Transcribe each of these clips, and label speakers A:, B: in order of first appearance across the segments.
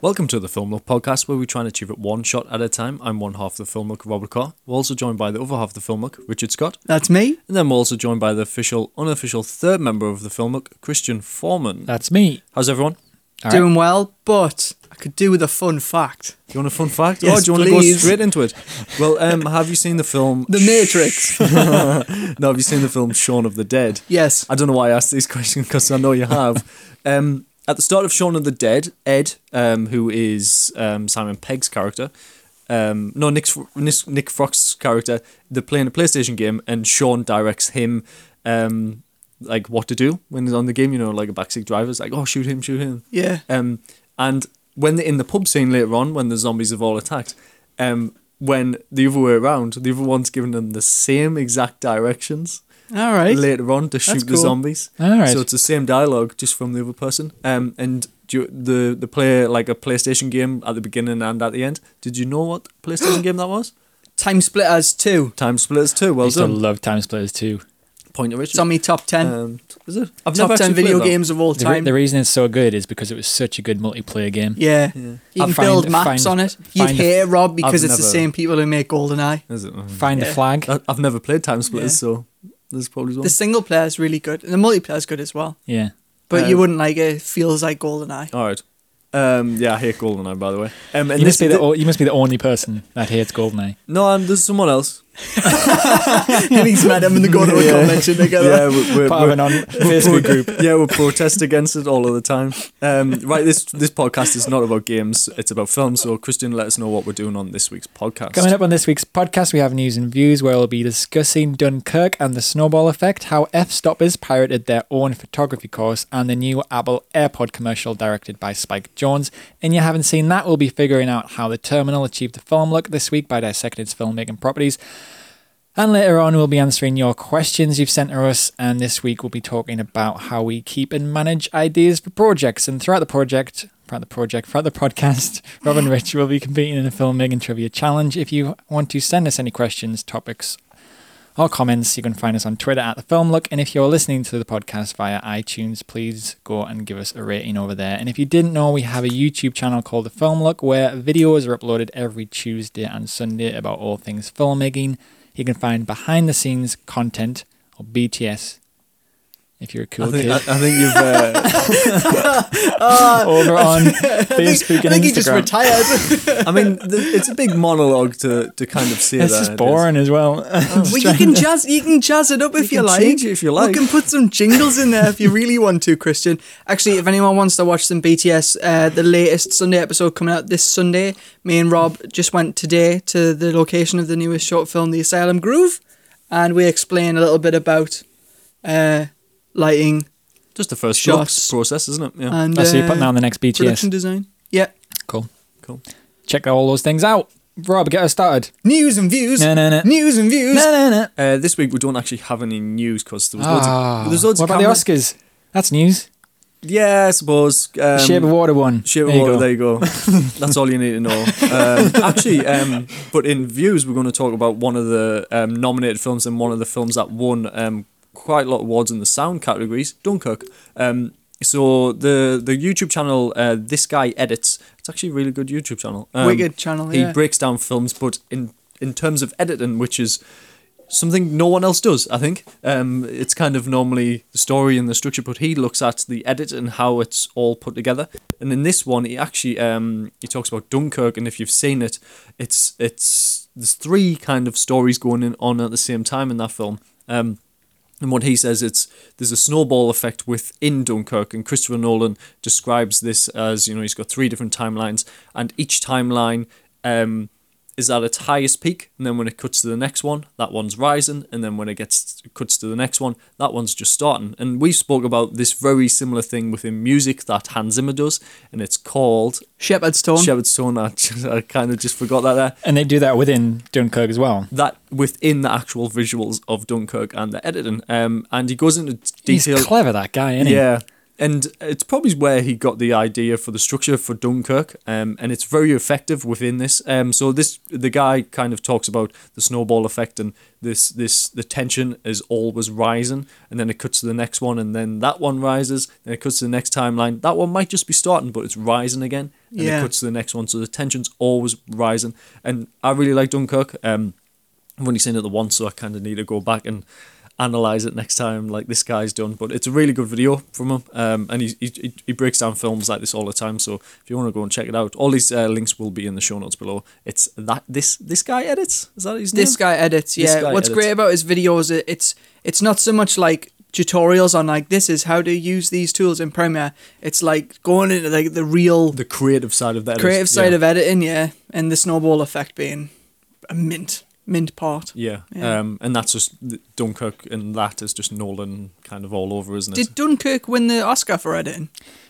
A: Welcome to the Film Look podcast, where we try and achieve it one shot at a time. I'm one half of the Film Look, Robert Carr. We're also joined by the other half of the Film Look, Richard Scott.
B: That's me.
A: And then we're also joined by the official, unofficial third member of the Film Look, Christian Foreman.
B: Uh,
C: That's me.
A: How's everyone?
C: All right.
B: Doing well, but I could do with a fun fact.
A: Do you want a fun fact?
B: Yes,
A: or do you want to go
B: please.
A: straight into it? Well, um, have you seen the film?
B: The Matrix.
A: no, have you seen the film Shaun of the Dead?
B: yes.
A: I don't know why I asked these questions because I know you have. um, at the start of Shaun of the Dead, Ed, um, who is um, Simon Pegg's character, um, no, Nick, Nick, Nick Frost's character, they're playing a PlayStation game and Sean directs him um, like what to do when he's on the game, you know, like a backseat driver's like, oh, shoot him, shoot him.
B: Yeah.
A: Um, and when they're in the pub scene later on, when the zombies have all attacked, um, when the other way around, the other one's giving them the same exact directions
B: All right.
A: later on to shoot the
B: cool.
A: zombies.
C: All right.
A: So it's the same dialogue just from the other person. Um, and do you, the the player like a PlayStation game at the beginning and at the end. Did you know what PlayStation game that was?
B: Time Splitters 2.
A: Time Splitters Two.
C: I
A: Well
C: used to
A: done.
C: love Time Splitters too.
A: Point of
B: It's on
A: Richard.
B: my top 10.
A: Um, is it? I've
B: top
A: never
B: 10
A: actually played
B: video
A: that.
B: games of all
C: The, re-
B: time.
C: the reason it's so good is because it was such a good multiplayer game.
B: yeah.
A: Yeah.
B: You
C: I'll
B: can
C: find-
B: build maps
C: find-
B: on it. You'd
C: find-
B: hate it, Rob, because
A: I've
B: it's the
A: never-
B: same people who make GoldenEye.
A: Is it? Oh.
C: Find the
B: Yeah.
C: flag.
A: I- I've never played Time Splitters, so there's probably one.
B: The single player is really good, and the multiplayer is good as well.
C: yeah.
B: But
A: Uh,
B: you wouldn't like it. It feels like GoldenEye.
A: All right. Um, yeah, I hate Goldeneye, by the way. Um, and
C: You must,
A: this,
C: be the, o- you must be the only person that hates Goldeneye.
A: no, um, there's someone else.
B: and he's met him and they go to a convention together.
A: Yeah, we- we're,
C: Part
A: we're,
C: of an on Facebook group.
A: yeah, we protest against it all of the time. Um, right, this this podcast is not about games; it's about films. So, Christian, let us know what we're doing on this week's podcast.
C: Coming up on this week's podcast, we have news and views where we'll be discussing Dunkirk and the snowball effect, how F Stoppers pirated their own photography course, and the new Apple AirPod commercial directed by Spike Jones. And you haven't seen that, we'll be figuring out how The Terminal achieved the film look this week by dissecting its filmmaking properties. And later on, we'll be answering your questions you've sent to us. And this week, we'll be talking about how we keep and manage ideas for projects. And throughout the project, throughout the project, throughout the podcast, Rob and Rich will be competing in a filmmaking trivia challenge. If you want to send us any questions, topics, or comments, you can find us on Twitter at the Film Look. And if you're listening to the podcast via iTunes, please go and give us a rating over there. And if you didn't know, we have a YouTube channel called The Film Look where videos are uploaded every Tuesday and Sunday about all things filmmaking. You can find behind the scenes content or BTS if you're a
A: I
C: cool
A: think,
C: kid
A: I, I think you've uh,
C: over on
B: I think,
C: Facebook
B: I
C: and
B: think he just
C: Instagram.
B: retired.
A: I mean, th- it's a big monologue to, to kind of say
C: It's
A: that.
C: just boring as well.
B: well, you can jazz, you can jazz it up if you,
A: can
B: like.
A: change it if you like.
B: You can put some jingles in there if you really want to, Christian. Actually, if anyone wants to watch some BTS, uh, the latest Sunday episode coming out this Sunday. Me and Rob just went today to the location of the newest short film, The Asylum Groove, and we explain a little bit about uh, lighting
A: Just the first
B: Shots.
A: shots process, isn't it? Yeah.
B: and
C: I see you
B: uh,
C: putting down the next
B: production
C: BTS.
B: design. Yeah.
C: Cool.
A: Cool.
C: Check all those things out. Rob, get us started.
B: News and views.
C: No, no, no.
B: News and views.
C: No, no, no.
A: Uh, this week we don't actually have any news because there was loads
C: Ah,
A: of there's loads
C: what
A: of
C: about the
A: cameras-
C: Oscars? That's news.
A: Yeah, I suppose. Um,
C: Shape of Water one.
A: Shape of
C: There you
A: water.
C: go.
A: There you go. That's all you need to know. Um, actually, um, but in views, we're going to talk about one of the um, nominated films and one of the films that won um, quite a lot of awards in the sound categories. Dunkirk. Um, so the the YouTube channel uh, this guy edits. It's actually a really good YouTube channel. Um,
B: Wicked channel.
A: He
B: yeah.
A: breaks down films, but in in terms of editing, which is something no one else does, I think. Um, it's kind of normally the story and the structure, but he looks at the edit and how it's all put together. And in this one, he actually um, he talks about Dunkirk, and if you've seen it, it's it's there's three kind of stories going in, on at the same time in that film. Um, and what he says it's there's a snowball effect within Dunkirk, and Christopher Nolan describes this as you know he's got three different timelines, and each timeline um, is at its highest peak, and then when it cuts to the next one, that one's rising, and then when it gets cuts to the next one, that one's just starting. And we spoke about this very similar thing within music that Hans Zimmer does, and it's called
B: Shepherd's Tone.
A: Shepherd's Tone. I, I kind of just forgot that there
C: And they do that within Dunkirk as well.
A: that within the actual visuals of Dunkirk and the editing. Um, and he goes into
C: He's
A: detail.
C: clever, that guy, isn't he?
A: yeah, and it's probably where he got the idea for the structure for Dunkirk, um, and it's very effective within this. Um, so this the guy kind of talks about the snowball effect, and this this the tension is always rising, and then it cuts to the next one, and then that one rises, and it cuts to the next timeline. That one might just be starting, but it's rising again, and
B: Yeah.
A: it cuts to the next one. So the tension's always rising, and I really like Dunkirk. Um, I've only seen it the once, so I kind of need to go back and analyze it next time, like this guy's done. But it's a really good video from him, um, and he, he he breaks down films like this all the time. So if you want to go and check it out, all these uh, links will be in the show notes below. It's that this this guy edits. Is that his
B: This
A: name?
B: guy edits.
A: This
B: Yeah.
A: guy
B: What's
A: edits.
B: great about his videos, it- it's it's not so much like tutorials on like this is how to use these tools in Premiere. It's like going into like the real
A: the creative side of that.
B: creative side of editing, yeah, and the snowball effect being a mint mint part.
A: Yeah.
B: Yeah.
A: Um, and that's just Dunkirk, and that is just Nolan kind of all over, isn't it?
B: Did Dunkirk win the Oscar for editing?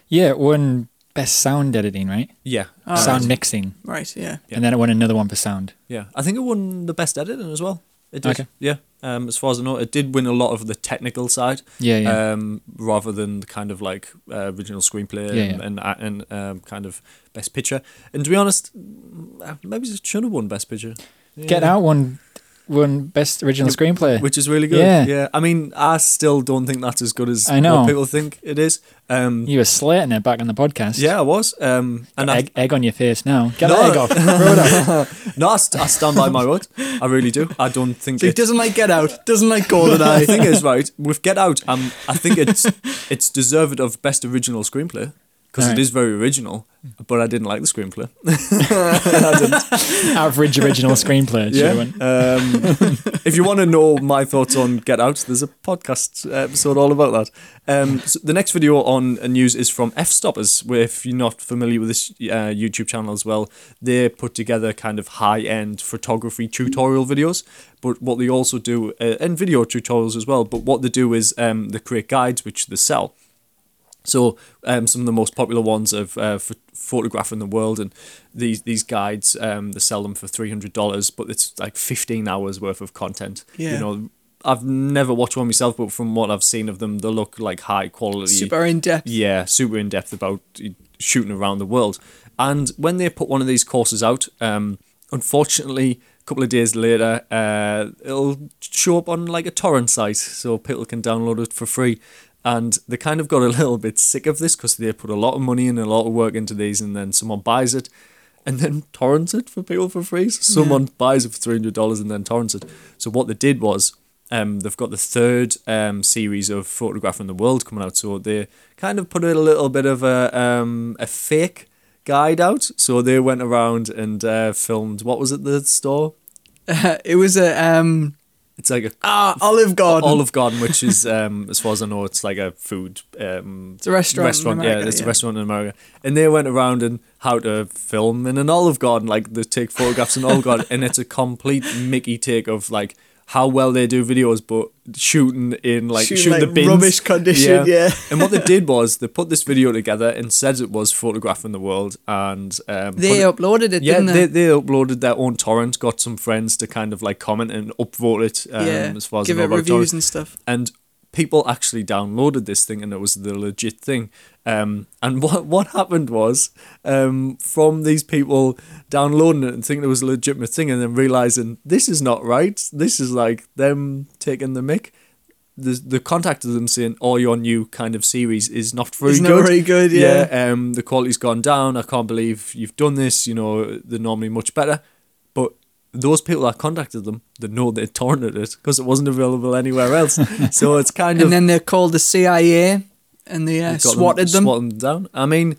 C: Yeah, it won best sound editing, right?
A: yeah.
B: Oh,
C: sound
B: right.
C: mixing,
B: Right. Yeah.
A: Yeah.
C: and then it won another one for sound.
A: Yeah, I think it won the best editing as well. It did.
C: Okay.
A: Yeah. Um, as far as I know, it did win a lot of the technical side.
C: Yeah, yeah.
A: Um, rather than the kind of like uh, original screenplay
C: Yeah,
A: and
C: yeah.
A: and, uh, and um, kind of best picture. And to be honest, uh, maybe it should have won best picture.
C: Get
A: Yeah.
C: Out won won best original
A: Yeah,
C: screenplay.
A: Which is really good.
C: Yeah.
A: I mean, I still don't think that's as good as
C: I know.
A: what people think it is. Um,
C: you were slating it back on the podcast.
A: yeah, I was. Um, and I,
C: egg, egg on your face now. Get
A: No.
C: that egg off.
A: no, I, st- I stand by my word. I really do. I don't think
B: So he
A: it's-
B: doesn't like Get Out. Doesn't like Goldeneye.
A: the thing is, right, with Get Out, um, I think it's it's deserved of best original screenplay because
C: Right.
A: it is very original. But I didn't like the screenplay.
C: Average original screenplay. it should've won.
A: Um, if you want to know my thoughts on Get Out, there's a podcast episode all about that. Um, so the next video on uh, news is from F Stoppers, where if you're not familiar with this uh, YouTube channel as well, they put together kind of high end photography tutorial videos. But what they also do, uh, and video tutorials as well, but what they do is um, they create guides which they sell. So um, some of the most popular ones of uh, ph- photographing the world, and these these guides um, they sell them for three hundred dollars, but it's like fifteen hours worth of content.
B: Yeah.
A: You know, I've never watched one myself, but from what I've seen of them, they look like high quality.
B: Super in depth.
A: Yeah, super in depth about eh, shooting around the world. And when they put one of these courses out, um, unfortunately, a couple of days later, uh, it'll show up on like a torrent site, so people can download it for free. And they kind of got a little bit sick of this because they put a lot of money and a lot of work into these, and then someone buys it. And then torrents it for people for free. So Someone buys it for three hundred dollars and then torrents it. So what they did was um, they've got the third um, series of photographing the world coming out, so they kind of put a little bit of a um, a fake guide out. So they went around and uh, filmed. What was it? The store.
B: it was a um
A: It's like a
B: ah Olive Garden.
A: Olive Garden, which is um, as far as I know, it's like a food. Um,
B: It's a restaurant. in America,
A: yeah, it's a restaurant in America, and they went around and how to film in an Olive Garden, like they take photographs in Olive Garden, and it's a complete Mickey take of like how well they do videos, but shooting in like
B: Shooting,
A: shooting, the
B: like,
A: bins.
B: rubbish condition, yeah.
A: and what they did was they put this video together and said it was photographing the world, and um,
B: They
A: put it-
B: uploaded it,
A: yeah,
B: didn't
A: they,
B: they?
A: they uploaded their own torrent, got some friends to kind of like comment and upvote it. Um,
B: yeah.
A: as far as I
B: Give
A: know
B: it
A: about
B: reviews
A: torrents
B: and stuff.
A: and people actually downloaded this thing and it was the legit thing um, and what what happened was um, from these people downloading it and thinking it was a legitimate thing and then realizing this is not right this is like them taking the mic the, the contacted them saying oh your new kind of series is not very
B: It's not
A: good
B: very good,
A: um, the quality's gone down I can't believe you've done this you know they're normally much better but those people that contacted them, they know they torrented it because it wasn't available anywhere else. so it's kind of
B: And then they're called the CIA and they uh,
A: got them-
B: swatted them.
A: swatted them down. I mean,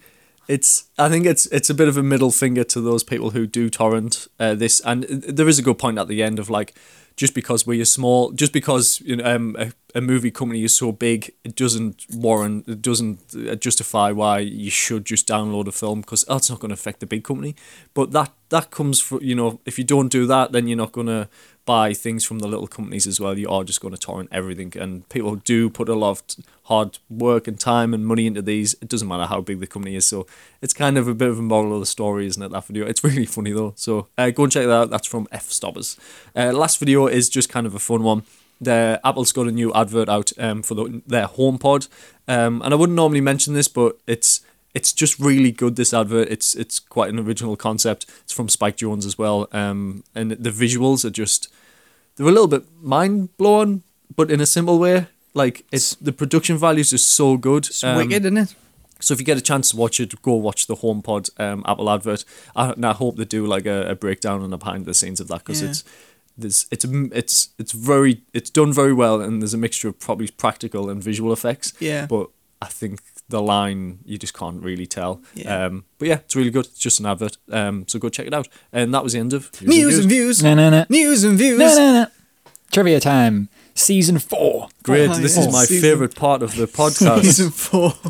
A: it's I think it's it's a bit of a middle finger to those people who do torrent uh, this, and there is a good point at the end of like, just because we're small, just because you know um, a, a movie company is so big, it doesn't warrant, it doesn't uh, justify why you should just download a film because that's not going to affect the big company. But that that comes from you know if you don't do that, then you're not going to buy things from the little companies as well. You are just going to torrent everything, and people do put a lot of t- hard work and time and money into these. It doesn't matter how big the company is, so it's kind of a bit of a moral of the story, isn't it? That video, it's really funny though. So uh, go and check that out. That's from F Stoppers. Uh, last video is just kind of a fun one. their Apple's got a new advert out um, for the, their HomePod, um, and I wouldn't normally mention this, but it's it's just really good. This advert, it's it's quite an original concept. It's from Spike Jones as well, um, and the visuals are just they're a little bit mind blowing, but in a simple way. Like it's the production values are so good.
B: It's
A: um,
B: wicked, isn't it?
A: so if you get a chance to watch it, go watch the HomePod um, Apple advert. I, and I hope they do like a, a breakdown and a behind the scenes of that because
B: Yeah.
A: it's there's it's m- it's it's very it's done very well and there's a mixture of probably practical and visual effects.
B: Yeah.
A: But I think the line you just can't really tell.
B: Yeah.
A: Um, but yeah, it's really good. It's just an advert. Um, so go check it out. And that was the end of
B: News and views.
C: Na, na, na.
B: News and views.
C: No, no, no. Trivia time. Season four.
A: Great.
B: Oh,
A: this
B: yeah.
A: is my
B: Season-
A: favorite part of the podcast.
B: Season four.
C: Ah.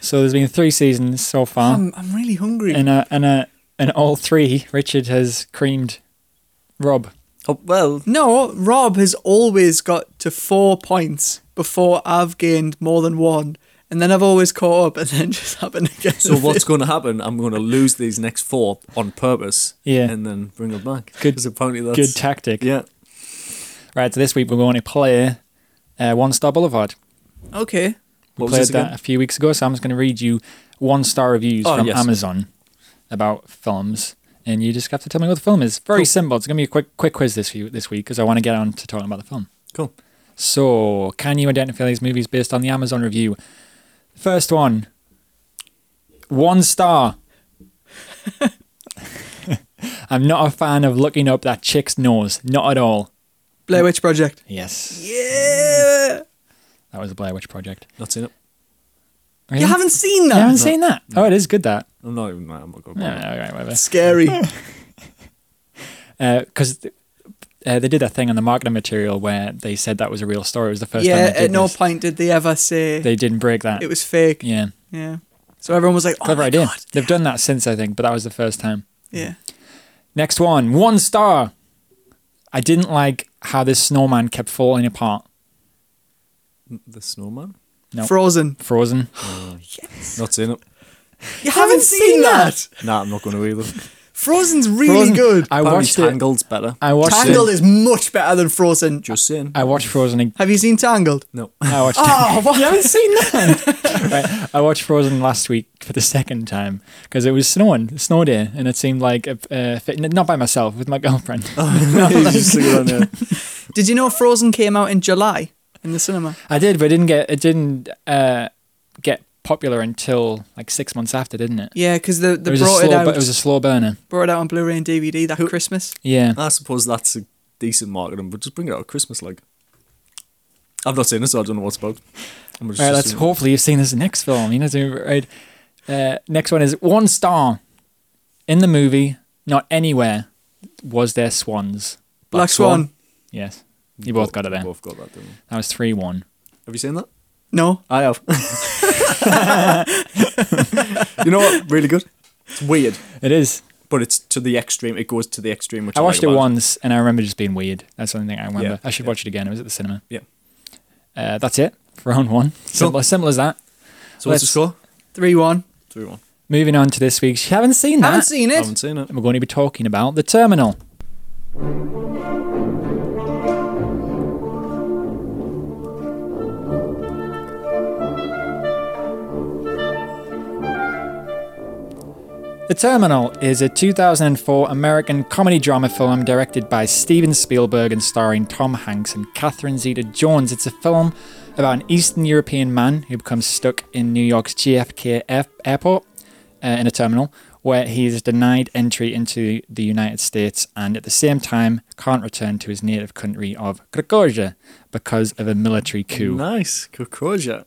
C: So there's been three seasons so far,
B: I'm, I'm really hungry.
C: and uh, and uh, and all three, Richard has creamed Rob.
A: oh, well,
B: no, Rob has always got to four points before I've gained more than one, and then I've always caught up, and then just happened again.
A: so what's going to happen? I'm going to lose these next four on purpose.
C: Yeah.
A: And then bring them back.
C: Good-
A: 'Cause apparently that's
C: Good tactic.
A: Yeah.
C: Right. So this week we're going to play uh, One Star Boulevard.
B: Okay.
C: We
A: What was
C: played
A: this again?
C: that a few weeks ago, so I'm just going to read you one star reviews
A: Oh,
C: from
A: yes.
C: Amazon about films, and you just have to tell me what the film is. Very simple. It's going to be a quick quick quiz this few, this week because I want to get on to talking about the film.
A: Cool.
C: So, can you identify these movies based on the Amazon review? First one, one star. I'm not a fan of looking up that chick's nose. Not at all.
B: Blair Witch Project.
C: Yes.
B: Yeah.
C: That was a Blair Witch Project.
A: Not seen it.
C: Really?
B: You haven't seen
C: You
B: that.
C: haven't seen that? Oh, it is good that.
A: I'm not even. I'm not going.
C: No,
A: Yeah.
C: no, right, whatever.
B: Scary.
C: because uh, they did that thing on the marketing material where they said that was a real story. It was the first
B: yeah.
C: time they
B: At
C: did
B: no
C: this.
B: point did they ever say
C: They didn't break that.
B: it was fake. Yeah.
C: yeah,
B: So everyone was like, oh
C: clever
B: my
C: idea.
B: God.
C: They've done that since I think, but that was the first time.
B: Yeah.
C: Next one, one star. I didn't like how this snowman kept falling apart.
A: The Snowman.
C: No.
B: Frozen.
C: Frozen.
A: Not seen it.
B: You haven't seen that.
A: Nah, I'm not going to either.
B: Frozen's really
C: Frozen-
B: good.
C: I
A: Apparently
C: watched it.
A: Tangled's better.
C: I watched
B: Tangled
C: it.
B: is much better than Frozen.
A: Just saying.
C: I watched Frozen. ag-
B: Have you seen Tangled?
A: no.
C: I watched.
B: Oh, what? you haven't seen that?
C: right, I watched Frozen last week for the second time because it was snowing, snow day, and it seemed like a, a fit, not by myself with my girlfriend.
B: Oh.
A: He's just sitting on there.
B: Did you know Frozen came out in July in the cinema?
C: I did, but it didn't get it didn't uh, get popular until like six months after, didn't it?
B: Yeah, because they,
C: it
B: they
C: was a
B: brought it
C: slow,
B: out
C: bu- it was a slow burner.
B: brought it out on Blu-ray and DVD that Christmas.
C: Yeah,
A: I suppose that's a decent marketing, but just bring it out at Christmas, like. I've not seen it, so I don't know what's about. I'm just
C: All right, let's
A: assuming-
C: hopefully you've seen this next film. You know, so, right. Uh, next one is one star in the movie, not anywhere. Was there swans?
B: Black,
A: Black
B: Swan.
A: Swan.
C: Yes, you both got it there.
A: We both got that, didn't we?
C: That was three one.
A: Have you seen that?
B: No,
A: I have. you know what? Really good. It's weird,
C: It is.
A: but it's to the extreme. It goes to the extreme, which
C: I
A: I
C: watched
A: like
C: it
A: about
C: once, and I remember just being weird. That's the only thing I remember.
A: Yeah,
C: I should
A: yeah.
C: watch it again. It was at the cinema.
A: Yeah.
C: Uh, that's it for round one. Simple, simple as that.
A: So what's the
C: Let's-
A: score?
B: three one.
A: Three one.
C: Moving on to this week's. You haven't seen that.
B: Haven't seen
A: I
B: it.
A: haven't seen it.
C: We're going to be talking about the terminal. The Terminal is a 2004 American comedy drama film directed by Steven Spielberg and starring Tom Hanks and Catherine Zeta Jones. It's a film about an Eastern European man who becomes stuck in New York's JFK air- airport uh, in a terminal where he is denied entry into the United States and at the same time can't return to his native country of Gregoria because of a military coup.
A: Nice, Kokoja.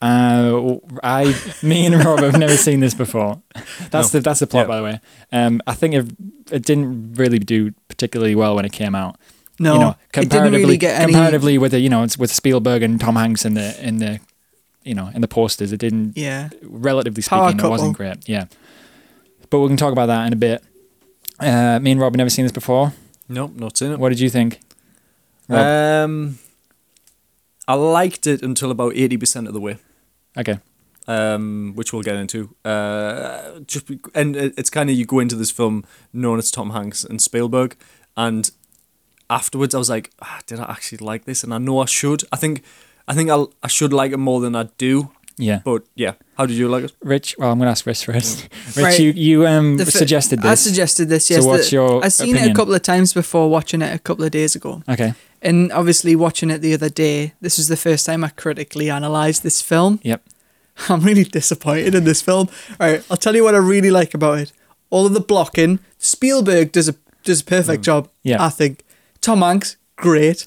C: Uh, I, me and Rob have never seen this before. That's
A: No.
C: the that's the
A: Yeah.
C: plot, by the way. Um, I think it, it didn't really do particularly well when it came out.
B: No,
C: you know,
B: it didn't
C: comparatively,
B: really get any.
C: comparatively with the, you know, it's with Spielberg and Tom Hanks in the in the, you know, in the posters, it didn't
B: Yeah,
C: relatively
B: Power
C: speaking, it wasn't great. Yeah, but we can talk about that in a bit. Uh, me and Rob have never seen this before.
A: Nope, not seen it.
C: What did you think? Rob?
B: Uh,
A: Um, I liked it until about eighty percent of the way,
C: okay,
A: um, which we'll get into. Uh, just be- and it- it's kind of you go into this film knowing it's Tom Hanks and Spielberg, and afterwards, I was like, ah, did I actually like this? And I know I should. I think, I think I'll, I should like it more than I do.
C: Yeah.
A: But yeah, how did you like it?
C: Rich, well, I'm going to ask Rich first. Rich,
B: Right.
C: you, you um,
B: The fi-
C: suggested
B: I
C: this.
B: suggested this.
C: So
B: Yes.
C: what's
B: that-
C: your
B: I've seen it a
C: opinion?
B: couple of times before watching it a couple of days ago,
C: okay.
B: and obviously watching it the other day. This was the first time I critically analysed this film.
C: Yep.
B: I'm really disappointed in this film. All right, I'll tell you what I really like about it. All of the blocking. Spielberg does a does a perfect job.
C: Yeah.
B: I think. Tom Hanks, great.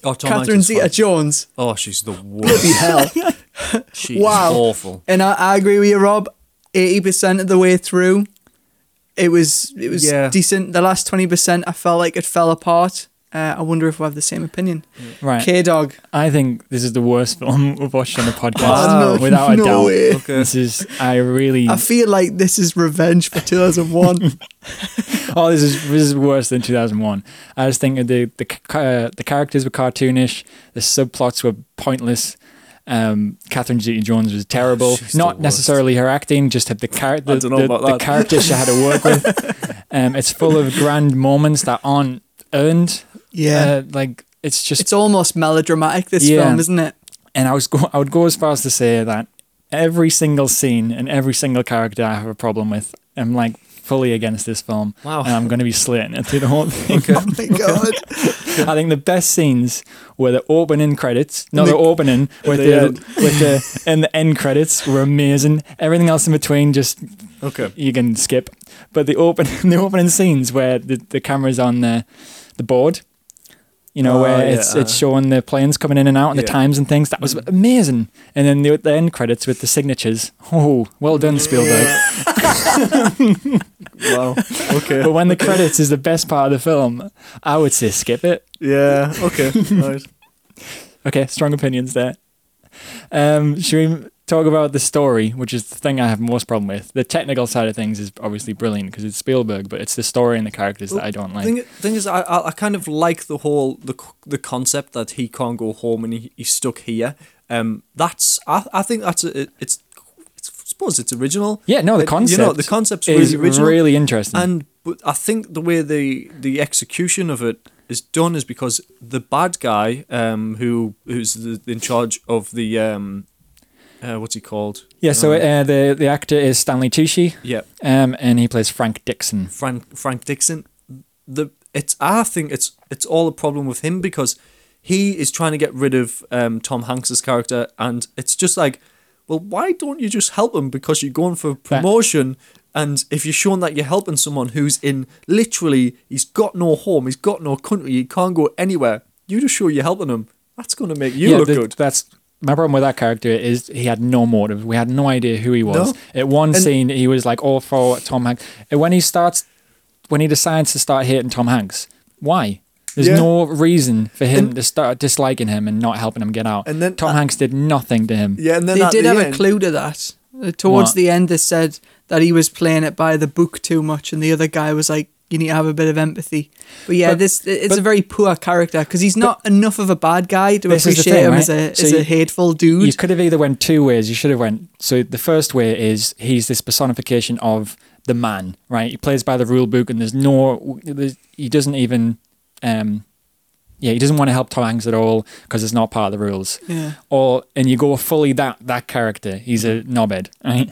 A: Mm. Oh, Tom Hanks
B: Catherine
A: is
B: Zeta
A: fine.
B: Jones,
A: Oh, she's the worst.
B: bloody hell.
A: She's
B: Wow.
A: awful.
B: and I, I agree with you, Rob. Eighty percent of the way through, it was it was
A: Yeah.
B: decent. The last twenty percent, I felt like it fell apart. Uh, I wonder if we have the same opinion.
C: Right.
B: K Dog,
C: I think this is the worst film we've watched on the podcast,
B: Wow. no-
C: without a
B: no
C: doubt.
B: way.
A: Okay.
C: This is, I really,
B: I feel like this is revenge for two thousand one.
C: oh, this is this is worse than 2001. I just think the the ca- uh, the characters were cartoonish, the subplots were pointless. Um, Catherine Zeta-Jones was terrible.
A: She's the
C: Not
A: worst.
C: necessarily her acting, just had the character,
A: I
C: the,
A: don't know
C: the,
A: about
C: the
A: that.
C: character she had to work with. Um, it's full of grand moments that aren't earned.
B: yeah,
C: Uh, like it's just
B: it's almost melodramatic. This
C: Yeah.
B: film, isn't it?
C: and I was go- I would go as far as to say that every single scene and every single character I have a problem with. I'm like fully against this film.
A: Wow.
C: And I'm going to be slating it through the whole thing.
B: Oh my god.
C: I think the best scenes were the opening credits, no,
B: And
C: the,
B: the-
C: opening with
A: the
C: the,
A: end.
C: with the and the end credits were amazing. Everything else in between just
A: Okay.
C: you can skip. But the open the opening scenes where the, the camera's on the the board, you know,
A: Oh,
C: where
A: yeah,
C: it's it's
A: uh.
C: showing the planes coming in and out and the
A: Yeah.
C: times and things. That was amazing. And then the, the end credits with the signatures. Oh, well done, Spielberg.
A: Wow. Okay.
C: But when the credits is the best part of the film, I would say skip it.
A: Yeah. Okay. Right.
C: Okay, strong opinions there. Um, should we talk about the story, which is the thing I have most problem with? The technical side of things is obviously brilliant because it's Spielberg, but it's the story and the characters that I don't like.
A: Thing, thing is, I, I I kind of like the whole the c- the concept that he can't go home and he, he's stuck here. Um, that's I, I think that's a, it, it's it's I suppose it's original.
C: Yeah, no, the
A: It- You know,
C: concept
A: the concept's
C: is
A: really original.
C: really interesting.
A: And but I think the way the the execution of it is done is because the bad guy, um, who who's the, in charge of the um, uh, what's he called?
C: yeah, so
A: Um,
C: uh, the the actor is Stanley Tucci,
A: yeah,
C: um, and he plays Frank Dixon.
A: Frank Frank Dixon. The it's I think it's it's all a problem with him because he is trying to get rid of um, Tom Hanks's character, and it's just like, well, why don't you just help him because you're going for promotion. And if you're showing that you're helping someone who's in literally, he's got no home, he's got no country, he can't go anywhere, you just show you're helping him. That's going to make you
C: yeah,
A: look
C: th-
A: good.
C: That's my problem with that character is he had no motive. We had no idea who he was. At one scene, he was like all for Tom Hanks. And when he starts, when he decides to start hating Tom Hanks, why? There's
A: Yeah.
C: no reason for him to start disliking him and not helping him get out.
A: And then-
C: Tom Hanks did nothing to him.
A: Yeah, and then
B: they
A: at
B: did
A: the
B: have
A: end-
B: a clue to that. Uh, Towards
C: What?
B: the end, they said that he was playing it by the book too much, and the other guy was like, "You need to have a bit of empathy." But yeah,
C: But-
B: this it's
C: but-
B: a very poor character because he's not enough of a bad guy to
C: This is the
B: appreciate
C: thing,
B: him
C: right?
B: as a
C: So
B: as
C: you-
B: a hateful dude.
C: You could have either went two ways. You should have went. So the first way is he's this personification of the man, right? He plays by the rule book, and there's no, there's, he doesn't even, um, yeah, he doesn't want to help Tom Hanks at all because it's not part of the rules.
B: Yeah.
C: Or and you go fully that that character. He's a knobhead, right?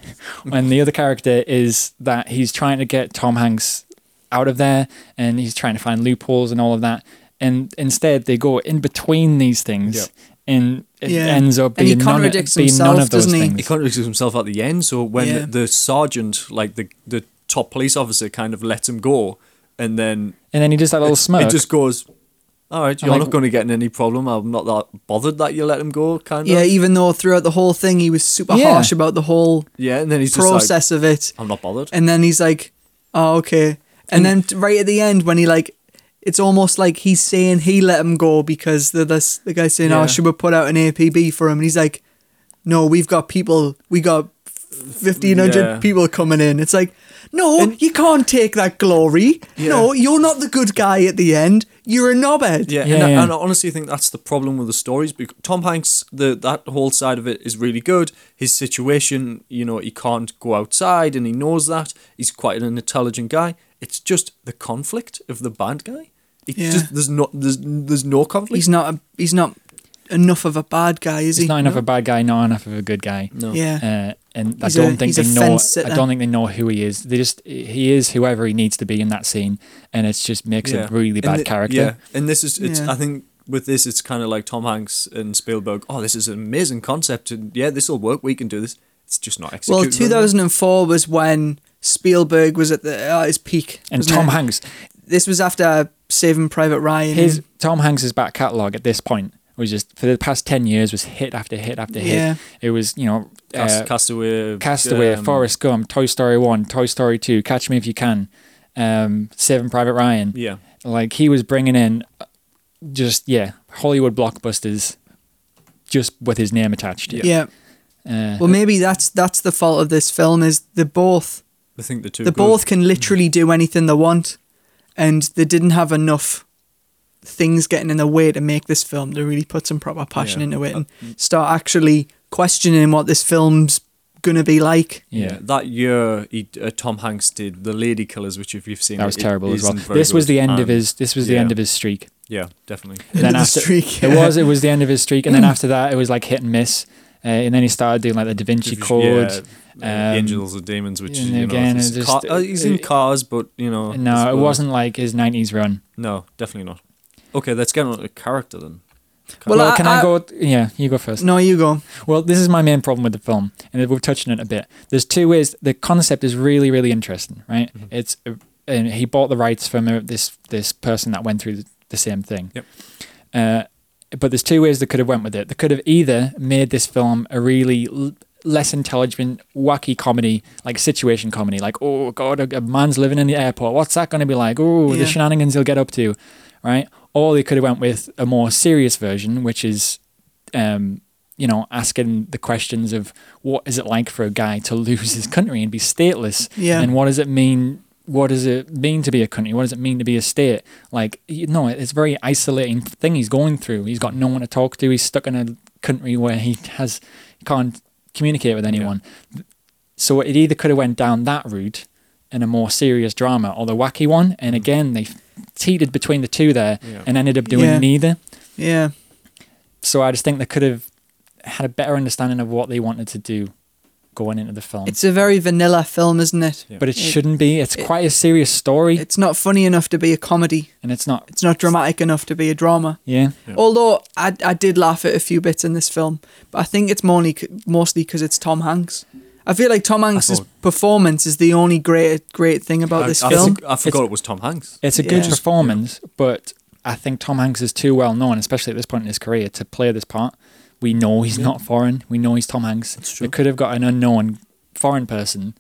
C: and the other character is that he's trying to get Tom Hanks out of there, and he's trying to find loopholes and all of that. And instead, they go in between these things,
A: Yep.
C: and it
B: Yeah.
C: ends up
B: And
C: being,
B: he
C: none, of,
B: contradicts
C: being none
B: himself,
C: of those
B: doesn't he?
C: things.
A: he contradicts himself at the end. So when
B: Yeah.
A: the sergeant, like the the top police officer, kind of lets him go, and then
C: and then he does that little
A: it,
C: smirk.
A: it just goes, "All right, you're
C: like-
A: not going to get in any problem. I'm not that bothered that you let him go." Kind of.
B: yeah, even though throughout the whole thing, he was super
C: Yeah.
B: harsh about the whole
A: Yeah, and then he's just like,
B: process of it.
A: "I'm not bothered."
B: and then he's like, "Oh, okay." And then t- right at the end, when he like, it's almost like he's saying he let him go because the this the guy saying,
A: Yeah.
B: "Oh, should we put out an APB for him?" And he's like, "No, we've got people. We got fifteen hundred
A: Yeah.
B: people coming in." It's like, no,
A: And-
B: you can't take that glory. No, you're not the good guy at the end. You're a knobhead.
A: Yeah,
C: Yeah,
A: and,
C: yeah.
A: I, and I honestly think that's the problem with the stories. Because Tom Hanks, the that whole side of it is really good. His situation, you know, he can't go outside, and he knows that. He's quite an intelligent guy. It's just the conflict of the bad guy. It
B: Yeah.
A: just there's no there's there's no conflict.
B: He's not a, he's not enough of a bad guy, is
C: He's
B: he?
C: not enough of a bad guy, not enough of a good guy.
A: no.
B: Yeah.
C: Uh, and I
B: He's
C: don't
B: a-
C: think
B: he's a
C: they know.
B: fence
C: I
B: sitter.
C: don't think they know who he is. They just he is whoever he needs to be in that scene, and it's just makes
A: Yeah.
C: a really
A: And
C: bad
A: thi-
C: character.
A: Yeah, and this is it's.
B: Yeah.
A: I think with this, it's kind of like Tom Hanks and Spielberg. Oh, this is an amazing concept, and yeah, this will work. We can do this. It's just not
B: Well,
A: executed. very
B: 2004 was when Spielberg was at the at his peak.
C: And
B: wasn't
C: Tom
B: it?
C: Hanks,
B: This was after Saving Private Ryan.
C: his Tom Hanks's back catalogue at this point was just for the past ten years was hit after hit after hit.
B: Yeah.
C: It was you know
A: well. Cast,
C: uh,
A: Castaway,
C: Castaway,
A: um,
C: Forrest Gump, Toy Story One, Toy Story Two, Catch Me If You Can, um, Saving Private Ryan.
A: Yeah,
C: Like he was bringing in, uh, just yeah, Hollywood blockbusters, just with his name attached.
A: Yeah.
B: yeah.
C: Uh,
B: Well, maybe that's that's the fault of this film is they both
A: I think the two.
B: they both can literally do anything they want, and they didn't have enough things getting in the way to make this film to really put some proper passion
A: Yeah.
B: into it and start actually questioning what this film's gonna be like.
A: Yeah.
C: yeah.
A: that year he, uh, Tom Hanks did the Lady Killers, which if you've seen,
C: That was
A: it
C: terrible as well.
A: isn't very
C: This was
A: good.
C: the end of
A: And-
C: his. This was the
A: yeah.
C: end of his streak.
A: Yeah, definitely.
B: End of the streak,
C: It
B: yeah.
C: was. It was the end of his streak, and then after that, it was like hit and miss. Uh, and then he started doing like the Da Vinci
A: If you-
C: Code.
A: yeah, uh,
C: um,
A: Angels or Demons, which
C: and
A: you know,
C: again,
A: is
C: it just-
A: car- uh, he's in
C: it-
A: cars, but you know,
C: No,
A: it's-
C: it wasn't like his '90s run.
A: No, definitely not. Okay, let's get on to the character then.
B: Well,
C: Well,
B: I-
C: can I,
B: I-
C: go? Yeah, you go first.
B: No, you go.
C: Well, this is my main problem with the film, and we've touched on it a bit. There's two ways. The concept is really, really interesting, right? It's uh, and he bought the rights from uh, this this person that went through the, the same thing.
A: Yep.
C: Uh, but there's two ways they could have went with it. They could have either made this film a really l- less intelligent, wacky comedy, like situation comedy, like oh god, a, a man's living in the airport. What's that going to be like? Oh,
B: Yeah.
C: the shenanigans he'll get up to, right? Or they could have went with a more serious version, which is um, you know, asking the questions of what is it like for a guy to lose his country and be stateless,
B: Yeah.
C: and what does it mean? What does it mean to be a country? What does it mean to be a state? Like, you know, it's a very isolating thing he's going through. He's got no one to talk to. He's stuck in a country where he has can't communicate with anyone. So it either could have went down that route in a more serious drama or the wacky one. And again, they teetered between the two there
A: Yeah.
C: and ended up doing
B: Mm. Yeah.
C: neither.
B: Yeah.
C: So I just think they could have had a better understanding of what they wanted to do going into the film.
B: It's a very vanilla film, isn't it?
A: Yeah.
C: but it,
B: it-
C: shouldn't be. It's
B: it-
C: quite a serious story,
B: It's not funny enough to be a comedy.
C: and it's not.
B: It's not dramatic enough to be a drama.
C: Yeah,
A: Yeah.
B: Although I, I did laugh at a few bits in this film, but I think it's mostly mostly because it's Tom Hanks. I feel like Tom Hanks's
A: thought-
B: performance is the only great great thing about
A: I,
B: this
A: I
B: film.
A: forg- I forgot it was Tom Hanks.
C: it's a good
B: Yeah.
C: performance, but I think Tom Hanks is too well known, especially at this point in his career, to play this part. We know he's not foreign. We know he's Tom Hanks.
A: That's true.
C: They could have got an unknown foreign person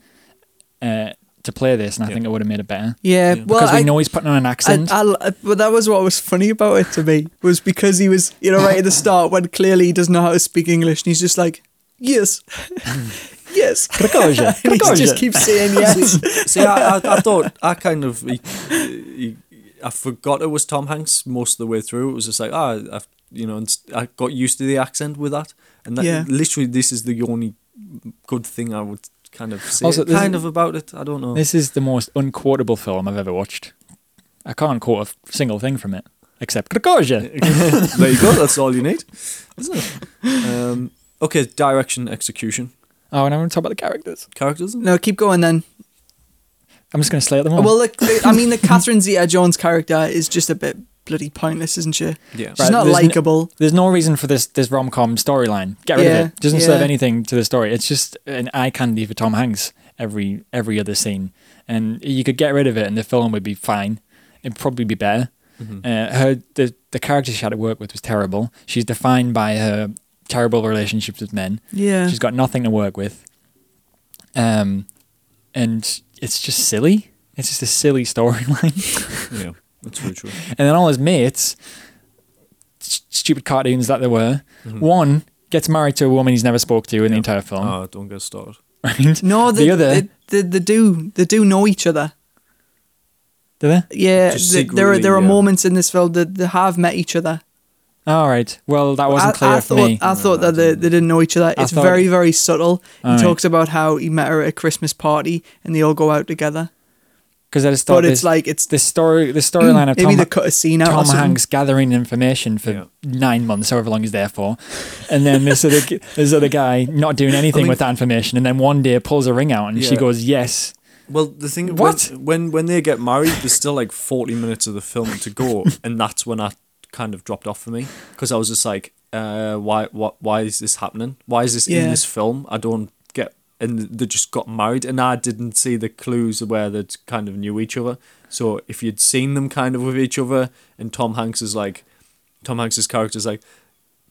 C: uh, to play this, and I
A: Yeah.
C: think it would have made it better.
B: yeah,
A: Yeah.
B: well,
C: because we
B: I,
C: know he's putting on an
B: I,
C: accent.
B: I, but that was what was funny about it to me was because he was you know right at the start when clearly he doesn't know how to speak English and he's just like yes, yes,
C: Krakosia,
B: and he
C: Krakosia.
B: just keeps saying yes.
A: See, I, I, I thought I kind of, he, he, I forgot it was Tom Hanks most of the way through. It was just like, ah, I've, you know, and s- I got used to the accent with that, and that
B: Yeah.
A: literally this is the only good thing I would kind of say,
C: Also, this
A: kind
C: is-
A: of about it. I don't know.
C: This is the most unquotable film I've ever watched. I can't quote a f- single thing from it except Krakosia.
A: there you go. That's all you need, isn't it? Um, okay, direction, execution,
C: Oh, and I want to talk about the characters.
A: characters.
B: no, keep going then.
C: I'm just going to slay at them all.
B: Well, look, the- I mean, the Catherine Zeta-Jones character is just a bit bloody pointless, isn't she?
A: Yeah.
B: She's
C: Right,
B: not
C: there's n-
B: likable.
C: There's no reason for this this rom com storyline. Get rid
B: Yeah,
C: of it. Doesn't serve
B: yeah.
C: anything to the story. It's just an eye candy for Tom Hanks every every other scene, and you could get rid of it, and the film would be fine. It'd probably be better.
A: Mm. Mm-hmm.
C: Uh, her the the character she had to work with was terrible. She's defined by her terrible relationships with men.
B: Yeah.
C: She's got nothing to work with. Um, and it's just silly. It's just a silly storyline.
A: Yeah, that's very true.
C: and then all his mates, st- stupid cartoons that there were. One gets married to a woman he's never spoke to in the
A: Yeah.
C: entire film.
A: Ah, don't get started.
C: Right?
B: no,
C: the
B: they,
C: other,
B: they, they, they do they do know each other.
C: do they?
B: Yeah,
A: Just
B: th- there are there are
A: secretly, yeah.
B: moments in this film that they have met each other.
C: All right. Well, that wasn't
B: I,
C: clear
B: I thought
C: for me.
B: I thought that they, they didn't know each other.
C: I
B: It's
C: thought-
B: very very subtle. He
C: Alright.
B: talks about how he met her at a Christmas party and they all go out together.
C: because I just thought
B: but it's
C: this-
B: like it's
C: the story the storyline of
B: maybe
C: Tom,
B: they cut a scene out. or
C: Tom
B: something.
C: Hanks gathering information for
A: Yeah.
C: nine months, however long he's there for, and then this other g- this other guy not doing anything
A: mean-
C: with that information, and then one day pulls a ring out and she
A: Yeah.
C: goes, "Yes,
A: Well, the thing
C: What?
A: when, when when they get married, there's still like 40 minutes of the film to go, and that's when I kind of dropped off for me because I was just like, uh, why what why is this happening? Why is this
B: Yeah.
A: in this film? I don't get. And they just got married, and I didn't see the clues where they would kind of knew each other. So if you'd seen them kind of with each other, and Tom Hanks is like, Tom Hanks's character's like,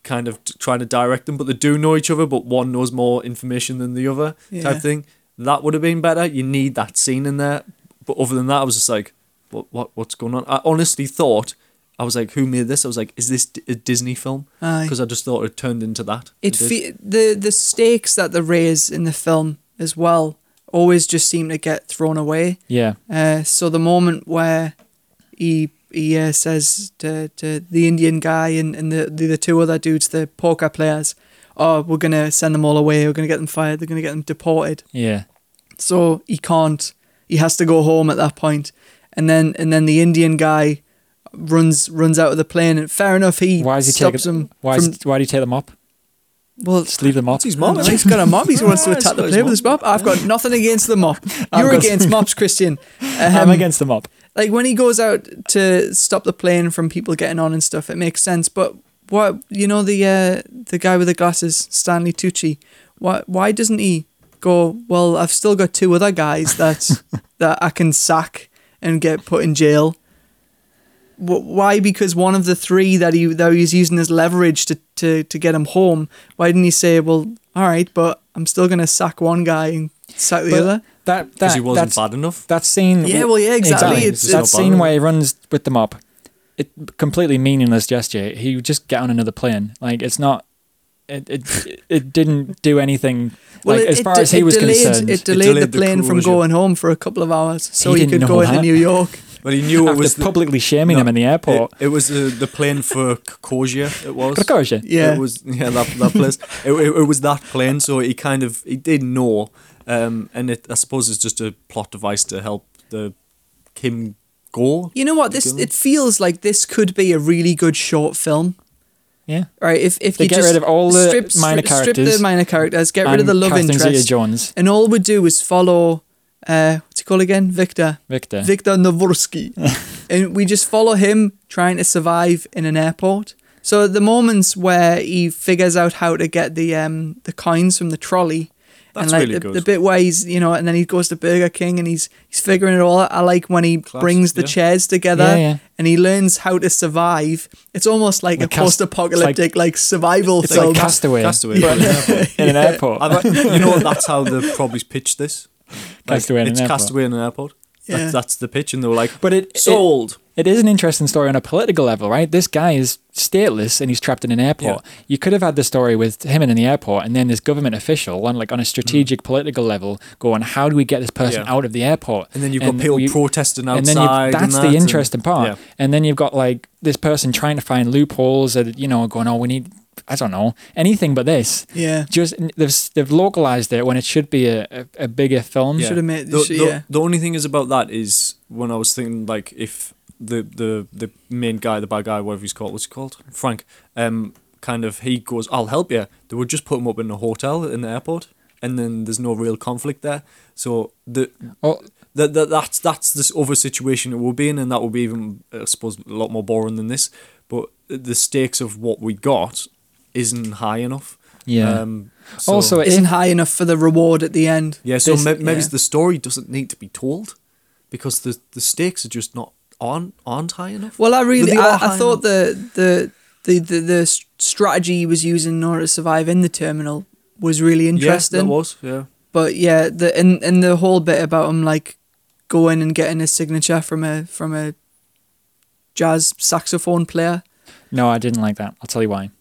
A: kind of t- trying to direct them, but they do know each other, but one knows more information than the other
B: Yeah.
A: type thing. That would have been better. You need that scene in there. But other than that, I was just like, what, what what's going on? I honestly thought, I was like, who made this? I was like, is this D- a Disney film?
B: Aye.
A: Because I just thought it turned into that.
B: it
A: did.
B: fe- the the stakes that they raise in the film as well always just seem to get thrown away.
C: yeah,
B: Uh, so the moment where he he uh, says to, to the Indian guy and, and the, the the two other dudes, the poker players, oh, we're gonna send them all away. We're gonna get them fired. They're gonna get them deported.
C: yeah,
B: So he can't. He has to go home at that point. And then and then the Indian guy runs runs out of the plane. And fair enough, he
C: why is he
B: stops
C: taking?
B: him.
C: why,
B: from,
C: is, why do you take them up?
B: well,
C: Just leave them up.
A: It's his mom. isn't it?
B: He's got a mop. He wants to
A: Yeah,
B: attack the
A: it's
B: player
A: got
B: with
A: his
B: his mop. I've got nothing against the mop.
C: I've
B: You're
C: got-
B: against mops, Christian.
C: I'm
B: Um,
C: against them up.
B: Like when he goes out to stop the plane from people getting on and stuff, it makes sense. But what you know the uh, the guy with the glasses, Stanley Tucci. Why why doesn't he go? Well, I've still got two other guys that that I can sack and get put in jail. Wh- Why? Because one of the three that he that he was using as leverage to, to, to get him home. Why didn't he say, "Well, all right, but I'm still gonna sack one guy and sack the
C: But
B: other"?
C: That that
A: Because he wasn't
C: that's,
A: bad enough.
C: that scene.
B: Yeah, well, yeah, exactly.
A: It's-
C: that
A: it's-
C: scene where he runs with the mob, it completely meaningless gesture. He would just get on another plane. Like it's not. It it, it didn't do anything. like as far
B: de-
C: as he was
B: delayed,
C: concerned,
B: it delayed,
A: delayed
B: the
A: the
B: plane from
A: closure.
B: going home for a couple of hours, so
C: He
B: he,
C: didn't
B: could go
C: know
B: into
C: that.
B: New York.
A: But he knew it
C: after
A: was the,
C: publicly shaming
A: No,
C: him in the airport.
A: It, it was the, the plane for Kokosia. It was.
C: Krakosia.
B: Yeah.
A: It was yeah that, that place. it, it, it was that plane, so he kind of he did know, um, and it I suppose it's just a plot device to help the Kim go.
B: You know what? This
A: Gillen?
B: it feels like this could be a really good short film.
C: yeah.
B: Right, if if
C: They
B: you
C: get
B: just
C: rid of all the
B: strip, stri-
C: minor
B: strip
C: characters
B: the minor characters, get rid of
C: And
B: the love
C: Catherine
B: interest,
C: Zeta-Jones,
B: and all we do is follow. Uh, what's he called again? Victor.
C: Victor.
B: Victor Navorsky. and we just follow him trying to survive in an airport. So the moments where he figures out how to get the um the coins from the trolley.
A: That's
B: and like
A: really
B: the,
A: good.
B: the bit where he's you know, and then he goes to Burger King and he's he's figuring it all out. I like when he
A: Class,
B: brings the
A: yeah.
B: chairs together
C: Yeah, yeah.
B: and he learns how to survive. It's almost like
C: The
B: a
C: cast-
B: post apocalyptic like, survival
C: it's
B: film.
C: like Castaway,
A: Castaway.
C: but in an airport.
A: I've, you know that's how they probably pitched this.
C: Castaway in an
A: it's
C: airport.
A: Castaway in an airport.
B: Yeah.
A: That's, that's the pitch, and they were like,
C: But it- it-
A: sold.
C: It is an interesting story on a political level, right? This guy is stateless and he's trapped in an airport. You could have had the story with him in the airport and then this government official on like on a strategic political level going, How do we get this person
A: Yeah.
C: out of the airport?
A: and then you've got people
C: we-
A: protesting outside.
C: and then you've, that's
A: that,
C: the
A: and-
C: interesting part.
A: yeah.
C: And then you've got like this person trying to find loopholes that you know going, oh, we need, I don't know, anything but this.
B: Yeah.
C: Just they've they've localized it when it should be a, a, a bigger film.
B: Should have made-
A: the,
B: should-
A: the-
B: yeah.
A: the only thing is about that is when I was thinking like if the the the main guy, the bad guy, whatever he's called, what's he called, Frank, um, kind of he goes, I'll help you. They would just put him up in a hotel in the airport, and then there's no real conflict there. So the.
C: Oh,
A: That, that that's that's this other situation it will be in, and that will be even I suppose a lot more boring than this. But the stakes of what we got isn't high enough.
C: Yeah.
A: Um, so-
C: Also,
B: Isn't high enough for the reward at the end.
A: yeah, so
B: This-
A: ma- maybe
B: yeah.
A: the story doesn't need to be told because the the stakes are just not aren't aren't high enough.
B: Well, I really,
A: they
B: I,
A: are
B: I
A: high
B: thought
A: enough.
B: the, the the the the s- strategy he was using in order to survive in the terminal was really
A: Yeah,
B: interesting.
A: that was yeah.
B: But yeah, the and and the whole bit about him like going and getting a signature from a from a jazz saxophone player.
C: no, I didn't like that. I'll tell you why.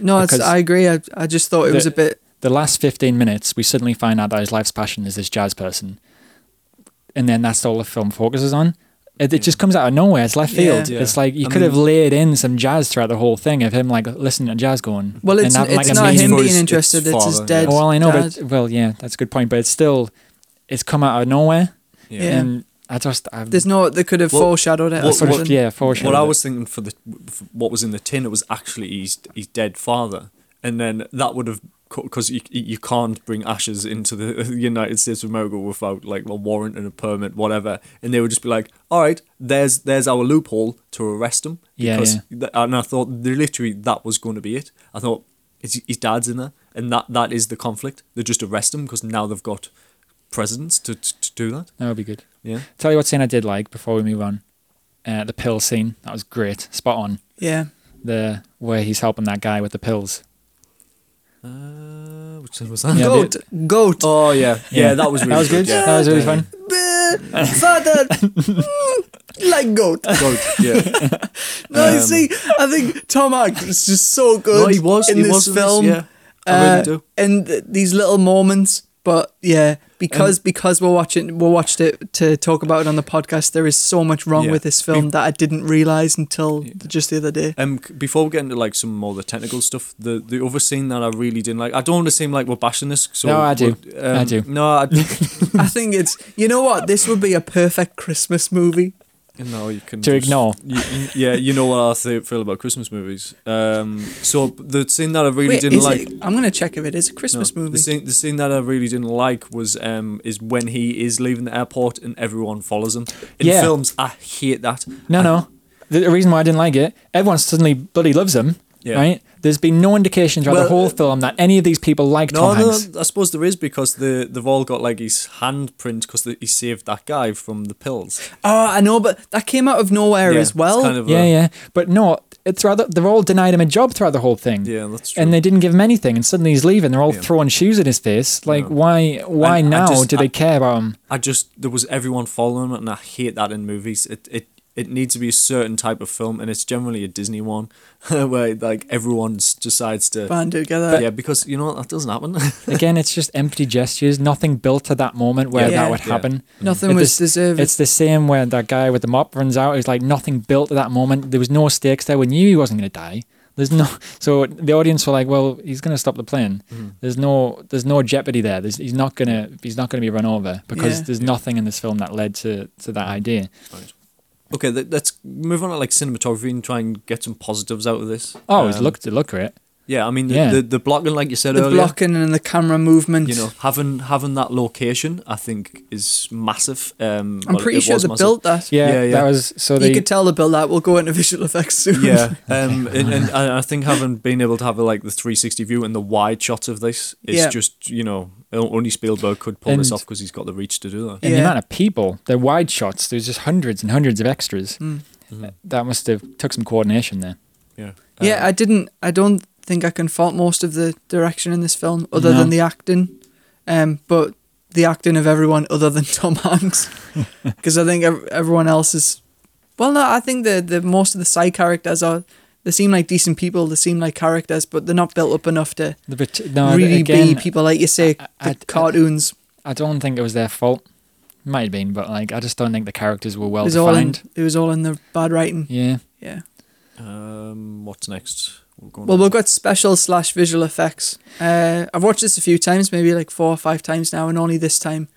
B: No, it's,
C: Because
B: I agree. I, I just thought it was
C: the-
B: a bit.
C: The last fifteen minutes, we suddenly find out that his life's passion is this jazz person, and then that's all the film focuses on. It, it just comes out of nowhere. It's left
B: Yeah.
C: field.
A: Yeah.
C: It's like you
A: I
C: could have
A: mean-
C: laid in some jazz throughout the whole thing of him like listening to jazz going.
B: Well, it's
C: and having,
B: it's
C: a
B: not
C: meaningful-
B: him
A: meaningful-
B: being
A: It's-
B: interested. It's,
A: it's
B: his
A: father,
B: dead.
A: yeah.
C: Well, I know,
B: dad.
C: but well, yeah, that's a good point. But it's still, it's come out of nowhere,
A: Yeah.
B: Yeah.
C: and I just I've,
B: There's no they could have
A: Well,
B: foreshadowed it.
A: well,
B: or
A: what-
C: sort
B: something.
C: of, yeah, for sure.
A: What I was thinking for the for what was in the tin, it was actually his his dead father, and then that would have because you you can't bring ashes into the United States of America without like a warrant and a permit, whatever, and they would just be like, all right, there's there's our loophole to arrest him.
C: Yeah,
A: because
C: yeah.
A: th- and I thought th- literally that was going to be it. I thought his, his dad's in there, and that that is the conflict. They just arrest him because now they've got presidents to, to to do that.
C: that would be good.
A: Yeah.
C: Tell you what scene I did like before we move on. Uh, the pill scene that was great, spot on.
B: yeah.
C: The where he's helping that guy with the pills.
A: Uh, which one was that?
C: Yeah,
B: goat, goat.
A: Oh yeah, yeah,
C: Yeah.
A: that was really
C: that was good.
A: Yeah.
C: That was really fun.
B: Uh, father, mm, like goat.
A: Good, yeah.
B: No, you
A: Um,
B: see, I think Tom Hanks is just so good
A: no, he was
B: in
A: he
B: this
A: was in
B: film.
A: yeah, I really
B: uh,
A: do.
B: And th- these little moments, but yeah, because because we're watching, we watched it to talk about it on the podcast. There is so much wrong
A: Yeah.
B: with this film that I didn't realize until just the other day.
A: Um, c- before we get into like some more of the technical stuff, the the other scene that I really didn't like, I don't want to seem like we're bashing this. So
C: No, I do.
A: we're- um,
C: I do.
A: No, I
B: I think it's you know what this would be a perfect Christmas movie.
A: no, you can
C: To
A: just-
C: ignore.
A: You, you- yeah, you know what I th- feel about Christmas movies. Um, so the scene that I really
B: Wait,
A: didn't
B: is
A: like.
B: it- I'm gonna check if it is a
A: No,
B: Christmas movie.
A: The scene, the scene that I really didn't like was um is when he is leaving the airport and everyone follows him. In
C: Yeah.
A: films, I hate that.
C: No,
A: I-
C: no. The the reason why I didn't like it, everyone suddenly bloody loves him,
A: Yeah.
C: right? There's been no indication throughout the
A: Well,
C: whole film that any of these people like
A: No,
C: Tom
A: no,
C: Hanks.
A: I suppose there is because the they've all got like his handprint because he saved that guy from the pills.
B: oh, I know, but that came out of nowhere
A: Yeah,
B: as well.
A: it's kind of
C: Yeah,
A: a-
C: yeah. But no, it's rather they're all denied him a job throughout the whole thing.
A: yeah, that's true.
C: And they didn't give him anything, and suddenly he's leaving. They're all
A: Yeah.
C: throwing shoes at his face. Like,
A: No.
C: why? Why
A: And I
C: now
A: just-
C: do they
A: I-
C: care about him?
A: I just there was everyone following him, and I hate that in movies. It it it needs to be a certain type of film, and it's generally a Disney one where like everyone s- decides to.
B: band together.
C: uh,
A: yeah, because you know what, that doesn't happen.
C: Again, it's just empty gestures. Nothing built to that moment where
B: Yeah.
C: that would
A: Yeah.
C: happen.
B: Nothing
C: It
B: was
C: just-
B: deserved.
C: It's the same where that guy with the mop runs out. It's like nothing built to that moment. There was no stakes there. We knew he wasn't going to die. There's no. So the audience were like, "Well, he's going to stop the plane.
A: Hmm.
C: There's no. The's no jeopardy there. There's, he's not going to. He's not going to be run over because
B: Yeah.
C: there's nothing in this film that led to to that idea.
A: okay, th- let's move on to like cinematography and try and get some positives out of this.
C: Oh, it
A: Um,
C: looked. It looked great.
A: Yeah, I mean the
C: Yeah.
A: the, the blocking, like you said
B: the
A: earlier.
B: blocking and the camera movement.
A: you know, having having that location, I think, is massive. Um,
B: I'm
A: well,
B: pretty
A: it
B: sure
A: was
B: they
A: massive.
B: built that.
C: Yeah,
A: yeah, yeah.
C: that was. So
B: you
C: they.
B: could tell they built that. We'll go into visual effects soon.
A: Yeah, um, and, and and I think having been able to have like the 360 view and the wide shots of this is
B: Yeah.
A: just you know only Spielberg could pull this
C: And-
A: off because he's got the reach to do that.
C: and the
B: Yeah.
C: amount of people, the wide shots. There's just hundreds and hundreds of extras.
B: Hmm.
A: Hmm.
C: That must have took some coordination there.
A: Yeah,
C: Uh,
B: yeah, I didn't. I don't think I can fault most of the direction in this film, other
C: No.
B: than the acting. Um, but the acting of everyone other than Tom Hanks, because I think ev- everyone else is. Well, no, I think the the most of the side characters are. They seem like decent people. They seem like characters, but they're not built up enough to
C: The, ret- no,
B: really be
C: again,
B: people like you say. the
C: I- I- I-
B: cartoons.
C: I don't think it was their fault. Might have been, but like I just don't think the characters were
B: it
C: well
B: was all in.
C: defined.
B: It was all in the bad writing.
C: Yeah,
B: Yeah.
A: Um, what's next? We're going
B: Well,
A: on.
B: we've got special slash visual effects. Uh, I've watched this a few times, maybe like four or five times now, and only this time,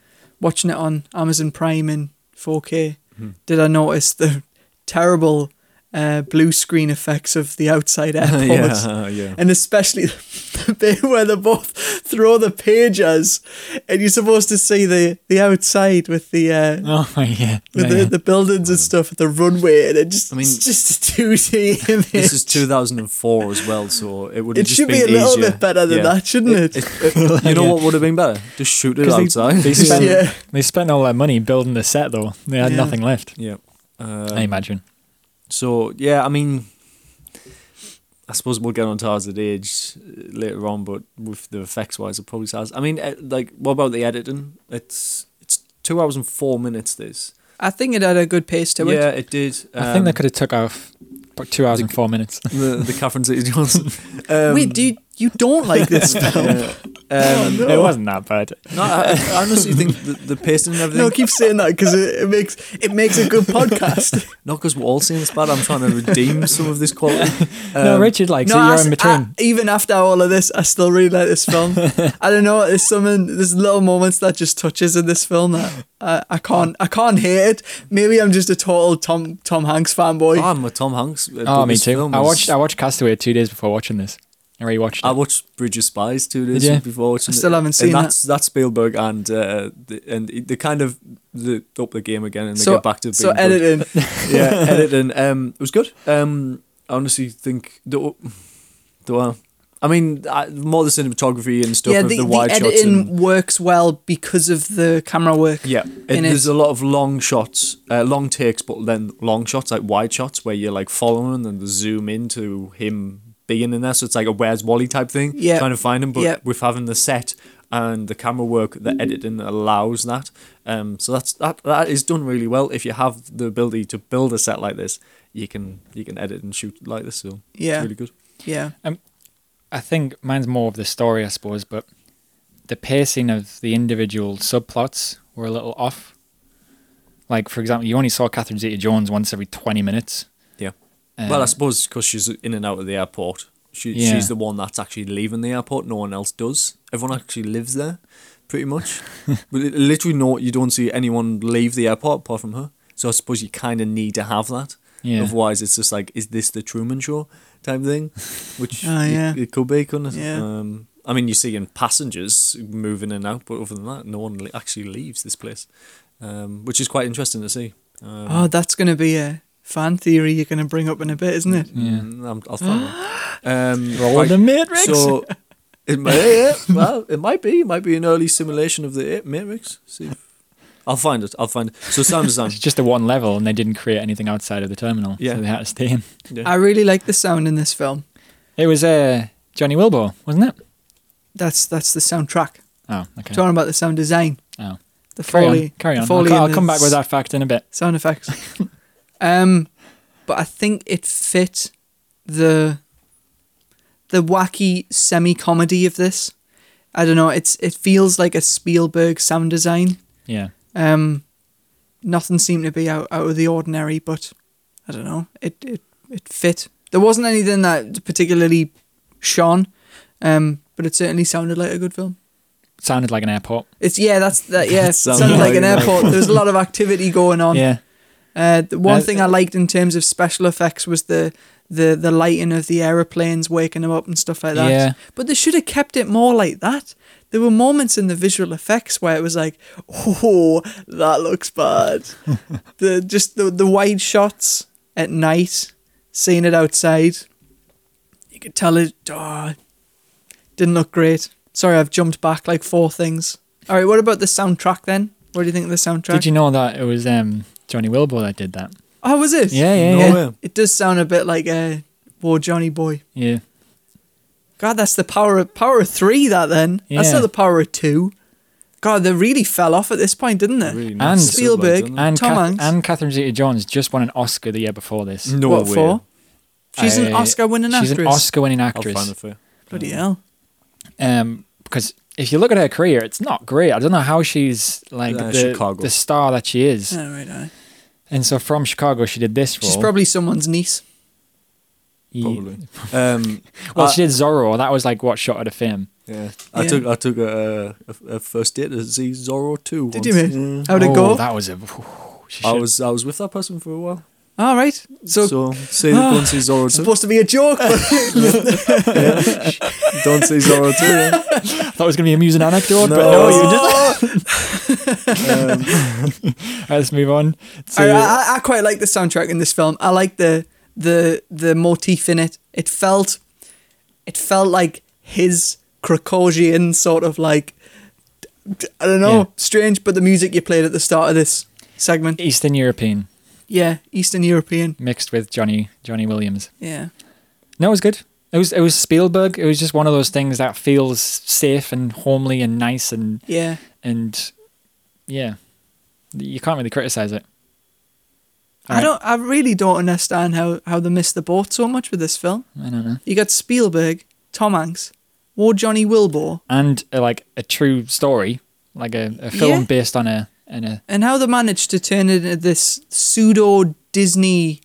B: watching it on Amazon Prime in 4K,
A: Hmm.
B: did I notice the terrible uh, blue screen effects of the outside airport.
A: yeah, yeah.
B: And especially the bit where they both throw the pages, and you're supposed to see the, the outside with the uh,
C: Oh yeah.
B: with
C: yeah,
B: the,
C: yeah.
B: the buildings and stuff, the runway, and it just
A: I mean,
B: it's just a two D image.
A: This is 2004 as well, so it would.
B: It
A: just
B: should be
A: been
B: a little
A: easier.
B: bit better than
A: Yeah.
B: that, shouldn't it?
A: You know what would have been better? Just shoot it
C: 'Cause they-
A: outside.
C: they spent
B: Yeah.
C: they spent all their money building the set though. They had
B: Yeah.
C: nothing left.
A: yeah.
C: I
A: Um,
C: imagine.
A: so yeah, I mean, I suppose we'll get on Tarzan age uh, later on, but with the effects wise, it probably sounds. I mean, eh, like, what about the editing? It's it's two hours and four minutes. This.
B: I think it had a good pace to
A: yeah,
B: it.
A: it did.
C: I think they
A: um,
C: could have took off about two hours and four minutes.
A: the the Catherine Zeta Johnson. Um,
B: Wait, do you, you don't like this film?
A: yeah. Um,
C: It wasn't that bad.
A: no, I, I honestly think the, the pacing and everything.
B: No, keep saying that because it, it makes it makes a good podcast.
A: Not because we're all saying it's bad. I'm trying to redeem some of this quality.
C: no, Richard likes
B: I
C: it. You're
B: s-
C: in between.
B: I- even after all of this, I still really like this film. I don't know. There's something. There's little moments that just touches in this film that I, I can't. I can't hate it. Maybe I'm just a total Tom Tom Hanks fanboy.
A: Oh, I'm a Tom Hanks. uh,
C: oh,
A: but
C: me
A: this
C: too.
A: film
C: I
A: is-
C: watched I watched Castaway two days before watching this. I rewatched it.
A: I watched Bridge of Spies two days
C: Did you?
A: before. Watching
B: I still
A: it.
B: haven't
A: And
B: seen
A: that's, That's Spielberg and uh, the, and the kind of the, up the game again and they
B: so
A: get back to being
B: so
A: good.
B: editing.
A: yeah, editing. Um, it was good. Um, I honestly think the the well, I mean, I, more the cinematography and stuff
B: yeah,
A: of
B: the,
A: the,
B: the,
A: wide shots.
B: editing
A: And,
B: works well because of the camera work.
A: yeah,
B: in
A: and
B: it.
A: there's a lot of long shots, uh, long takes, but then long shots like wide shots where you're like following and the zoom into him being in there. So it's like a Where's Wally type thing,
B: Yeah.
A: trying to find him. But
B: Yeah.
A: with having the set and the camera work, the editing allows that. Um, so that's that that is done really well. If you have the ability to build a set like this, you can you can edit and shoot like this. So
B: Yeah.
A: it's really good.
B: Yeah.
C: I think mine's more of the story, I suppose, but the pacing of the individual subplots were a little off. Like, for example, you only saw Catherine Zeta Jones once every 20 minutes.
A: Yeah.
C: Uh,
A: well, I suppose because she's in and out of the airport, she,
C: Yeah.
A: she's the one that's actually leaving the airport. No one else does. Everyone actually lives there, pretty much. but it, literally, no, you don't see anyone leave the airport apart from her. So I suppose you kind of need to have that.
C: Yeah.
A: Otherwise, it's just like, is this the Truman Show type thing? Which
B: Oh,
A: it-
B: yeah.
A: it, could be, couldn't it?
B: Yeah.
A: Um, I mean, you see in passengers moving in and out, but other than that, no one le- actually leaves this place, um, which is quite interesting to see. Um,
B: Oh, that's gonna be a fan theory you're gonna bring up in a bit, isn't it?
C: Yeah.
A: Mm, I'm, I'll find one. Um,
C: Roll
A: right,
C: the Matrix!
A: So it might, yeah, well, it might be, it might be an early simulation of the Matrix. See, if- I'll find it. I'll find it. So Sam Sam.
C: it's just the one level, and they didn't create anything outside of the terminal.
A: Yeah.
C: So they had to stay in.
A: Yeah.
B: I really like the sound in this film.
C: It was uh, Johnny Wilbur, wasn't it?
B: That's that's the soundtrack.
C: Oh, okay.
B: Talking about the sound design,
C: oh.
B: the
C: Carry
B: Foley,
C: on. Carry
B: the
C: on. I'll
B: Foley
C: co- I'll,
B: and the
C: come back with that fact in a bit.
B: sound effects. um, but I think it fit the the wacky semi comedy of this. I don't know. It's it feels like a Spielberg sound design.
C: Yeah.
B: Um, nothing seemed to be out, out of the ordinary, but I don't know. It it it fit. There wasn't anything that particularly shone, um, but it certainly sounded like a good film.
C: Sounded like an airport.
B: It's yeah, that's that. Yeah,
A: That sounds
B: sounded like
A: like
B: an
A: an
B: airport. There's a lot of activity going on.
C: Yeah.
B: Uh, the one
C: Uh,
B: thing I liked in terms of special effects was the the the lighting of the aeroplanes waking them up and stuff like that.
C: Yeah.
B: But they should have kept it more like that. There were moments in the visual effects where it was like, "Oh, that looks bad." the just the the wide shots at night, seeing it outside, you could tell it oh, didn't look great. Sorry, I've jumped back like four things. All right, what about the soundtrack then? What do you think of the soundtrack?
C: Did you know that it was um, Johnny Wilbur that did that?
B: Oh, was it?
C: Yeah, yeah,
A: No
C: yeah.
A: way.
B: It does sound a bit like a War Johnny Boy.
C: Yeah.
B: God, that's the power of power of three. That then that's
C: Yeah.
B: not the power of two. God, they really fell off at this point, didn't they?
A: Really
C: And
A: nice
B: Spielberg
A: done that.
C: And,
B: Mm. Tom
C: Kath-
B: Hanks.
C: and Catherine Zeta Jones just won an Oscar the year before this.
A: no
B: what
A: way.
B: for? She's an
C: I-
B: Oscar-winning
C: she's an
B: actress.
C: Oscar-winning
A: I'll find it
C: actress.
A: for you.
B: Bloody hell!
C: Um, because if you look at her career, it's not great. I don't know how she's like
A: Uh,
C: the,
A: Chicago.
C: the star that she is.
B: All right, all right.
C: And so from Chicago, she did this role.
B: She's probably someone's niece.
C: Ye-
A: Probably. Um,
C: Well,
A: I-
C: she did Zorro. That was like what shot her to fame.
A: yeah. I
B: Yeah.
A: took I took a, a, a first date to see Zorro two.
B: Did
A: once.
B: you, mate?
A: Yeah.
B: How'd it
C: Oh,
B: go?
C: That was a. she
A: I
C: should-
A: was I was with that person for a while.
B: All right. So,
A: So, say that don't see Zorro
B: it's
A: two.
B: supposed to be a joke. But
A: Don't see Zorro two. yeah.
C: I thought it was gonna be an amusing anecdote, but
A: No.
C: no, you just. Alright, let's move on. To,
B: I, I, I quite like the soundtrack in this film. I like the the the motif in it. It felt it felt like his Krakosian sort of like I don't know,
C: Yeah.
B: strange, but the music you played at the start of this segment,
C: Eastern European
B: yeah, Eastern European,
C: mixed with Johnny Johnny Williams.
B: yeah,
C: No, it was good. It was it was Spielberg. It was just one of those things that feels safe and homely and nice and
B: yeah.
C: and yeah, you can't really criticize it.
B: I don't, I really don't
C: Hmm.
B: understand how how they missed the boat so much with this film.
C: I don't know.
B: You got Spielberg, Tom Hanks, War Johnny Wilbur
C: and uh, like a true story, like a, a film
B: Yeah.
C: based on a and a.
B: and how they managed to turn it into this pseudo Disney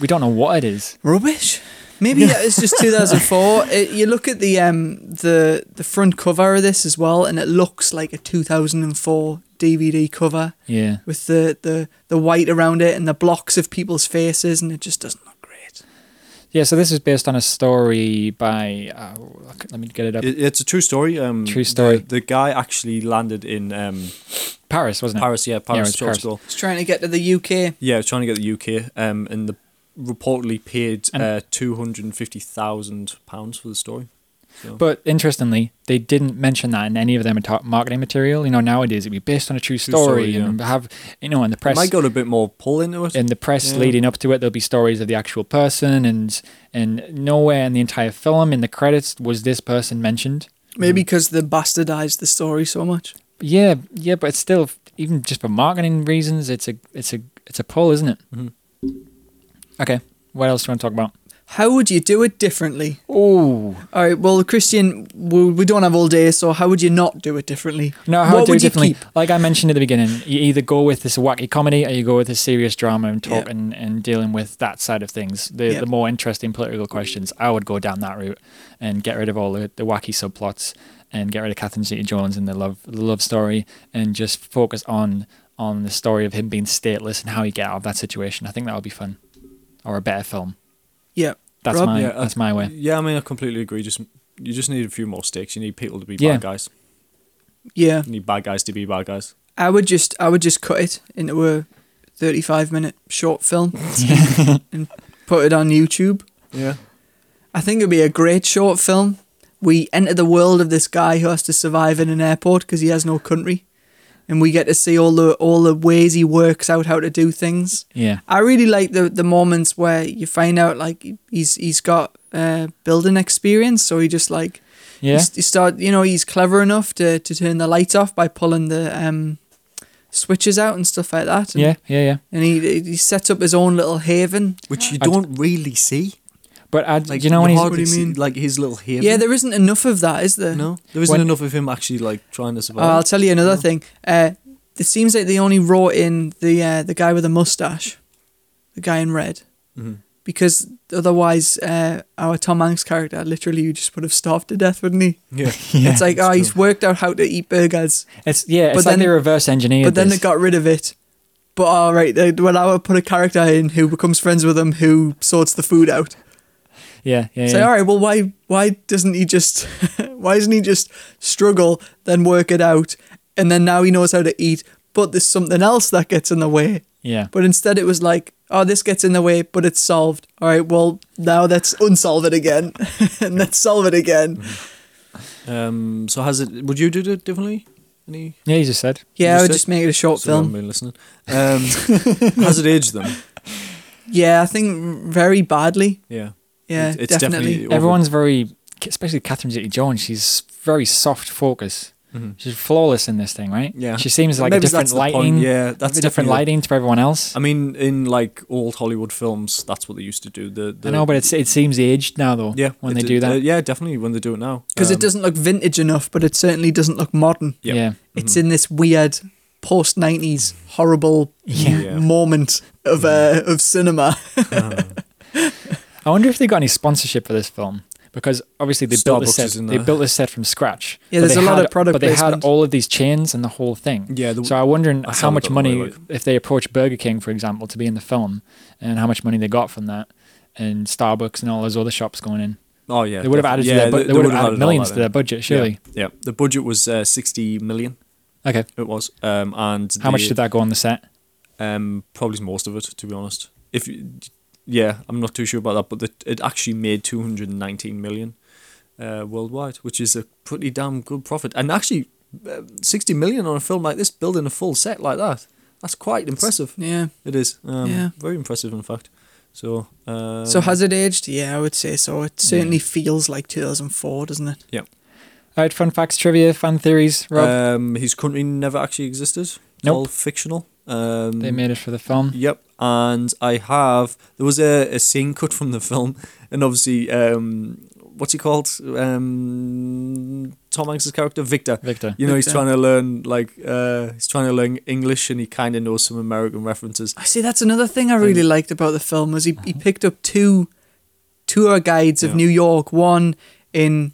C: We don't know what it is.
B: rubbish. Maybe that was just 2004. It, you look at the um the the front cover of this as well, and it looks like a 2004 DVD cover
C: Yeah.
B: with the the the white around it and the blocks of people's faces, and it just doesn't look great.
C: Yeah, so this is based on a story by. Uh, let me get it up.
A: It, it's a true story. Um,
C: True story.
A: The, the guy actually landed in um,
C: Paris, wasn't it?
A: Paris. Yeah,
C: it
A: Paris,
C: was
A: Charles
C: Paris.
A: de Gaulle.
B: It's trying to get to the UK.
A: Yeah, trying to get the UK, um, and the reportedly paid uh, two hundred and fifty thousand pounds for the story.
C: But interestingly, they didn't mention that in any of their mata- marketing material. You know, nowadays it'd be based on a true story,
A: story,
C: and have you know, in the press,
A: Might got a bit more pull into it.
C: in the press
A: Yeah.
C: leading up to it, there'll be stories of the actual person, and and nowhere in the entire film in the credits was this person mentioned. Mm.
B: Maybe because they bastardized the story so much.
C: Yeah, yeah, but it's still even just for marketing reasons, it's a it's a it's a pull, isn't it? Okay, what else do you want to talk about?
B: How would you do it differently?
C: Oh,
B: All right, well, Christian, we, we don't have all day, so how would you not do it differently?
C: No, how
B: what
C: do
B: would
C: it
B: you
C: differently?
B: keep?
C: Like I mentioned at the beginning, you either go with this wacky comedy or you go with a serious drama and talk and, and dealing with that side of things. The
B: Yeah.
C: the more interesting political questions, I would go down that route and get rid of all the, the wacky subplots and get rid of Catherine Zeta Jones and the love the love story and just focus on on the story of him being stateless and how he get out of that situation. I think that would be fun. Or a better film.
B: Yeah, uh,
C: That's
B: Rob?
C: my
A: Yeah, I-
C: that's my way.
A: Yeah, I mean, I completely agree. Just you just need a few more stakes. You need people to be
C: Yeah.
A: bad guys.
B: yeah.
A: You need bad guys to be bad guys.
B: I would just I would just cut it into a 35 minute short film and put it on YouTube.
A: Yeah.
B: I think it'd be a great short film. We enter the world of this guy who has to survive in an airport because he has no country, and we get to see all the all the ways he works out how to do things.
C: Yeah.
B: I really like the the moments where you find out like he's he's got uh, building experience, so he just like
C: Yeah.
B: He's, he start, you know, he's clever enough to, to turn the lights off by pulling the um, switches out and stuff like that. And,
C: Yeah, yeah, yeah.
B: And he he sets up his own little haven.
A: Which you
C: I'd-
A: don't really see.
C: But I,
A: Like
C: you know when he's
A: hardly
B: What do you
A: see,
B: mean?
A: like his little haven.
B: Yeah, there isn't enough of that, is there?
A: no, there isn't
C: When-
A: enough of him actually like trying to
B: Oh,
A: survive.
B: I'll tell you another thing. Uh, it seems like they only wrote in the uh, the guy with the mustache, the guy in red,
A: Mhm.
B: because otherwise uh, our Tom Hanks character literally just would have starved to death, wouldn't he?
A: Yeah.
B: it's like, oh, he's worked out how to eat burgers.
C: It's yeah, it's
B: But
C: like
B: then-
C: they reverse engineered.
B: But then
C: this.
B: they got rid of it. But all right, they, well, I would put a character in who becomes friends with him, who sorts the food out.
C: yeah, yeah,
B: Say,
C: yeah.
B: all right, well, why why doesn't he just why doesn't he just struggle, then work it out, and then now he knows how to eat? But there's something else that gets in the way.
C: yeah.
B: But instead, it was like, oh, this gets in the way, but it's solved. All right, well, now let's unsolve it again, and let's solve it again.
A: Um. So has it? Would you do it differently? Any?
C: Yeah, you just said.
B: Yeah, I
A: Just
B: would
A: a-
B: just make it a short
A: Sorry, I haven't
B: film.
A: been listening. Um. has it aged them?
B: Yeah, I think very badly.
A: Yeah.
B: Yeah,
A: It-
B: definitely.
A: over-
C: Everyone's very, especially Catherine Zeta-Jones. She's very soft focus.
A: Mhm.
C: She's flawless in this thing, right?
A: Yeah.
C: She seems like a
A: Maybe
C: different
A: that's the point,
C: lighting.
A: yeah, that's
C: a different
A: definitely-
C: lighting to everyone else.
A: I mean, in like old Hollywood films, that's what they used to do. The, the
C: I know, but it's, it seems aged now though.
A: yeah,
C: when
A: it-
C: they do that.
A: uh, yeah, definitely when they do it now
B: because
A: Um,
B: it doesn't look vintage enough, but it certainly doesn't look modern.
A: Yep.
C: Yeah.
A: Mm-hmm.
B: It's in this weird post nineties horrible
A: Yeah.
B: moment of uh, of cinema.
C: I wonder if they got any sponsorship for this film because obviously they built
A: Starbucks
C: this set.
A: is in
C: They
A: there.
C: built this set from scratch.
B: Yeah,
C: but
B: there's
C: they
B: a lot
C: had-
B: of product
C: But they had
B: placement.
C: all of these chains and the whole thing.
A: Yeah, the-
C: so I'm wondering
A: that's
C: how
A: how they
C: much
A: got away
C: money
A: with.
C: if they approached Burger King, for example, to be in the film, and how much money they got from that, and Starbucks and all those other shops going in.
A: Oh yeah,
C: they would have added
A: definitely.
C: to their, bu-
A: they-
C: they,
A: they
C: would have
A: would've
C: added
A: all
C: millions
A: that
C: to their
A: in.
C: budget, surely.
A: Yeah, yeah. the budget was uh, sixty million.
C: Okay.
A: It was, um, and
C: How much
A: the-
C: did that go on the set?
A: Um, probably most of it, to be honest. If you- yeah, I'm not too sure about that, but the, it actually made 219 million uh, worldwide, which is a pretty damn good profit. And actually, uh, 60 million on a film like this, building a full set like that, that's quite impressive.
B: yeah.
A: It is, um,
B: Yeah.
A: very impressive, in fact. So, um,
B: so has it aged? Yeah, I would say so. It certainly feels like 2004, doesn't it?
A: yeah.
C: All right, fun facts, trivia, fan theories. Rob,
A: Um, his country never actually existed. It's
C: Nope.
A: all fictional. Um,
C: they made it for the film.
A: Yep, and I have there was a, a scene cut from the film, and obviously, um, what's he called? Um, Tom Hanks's character, Victor.
C: Victor.
A: You know, he's
B: Victor.
A: trying to learn like uh, he's trying to learn English, and he kind of knows some American references.
B: I see. That's another thing I
A: Um,
B: really liked about the film was he, he picked up two tour guides of
A: uh-huh. Yeah.
B: New York, one in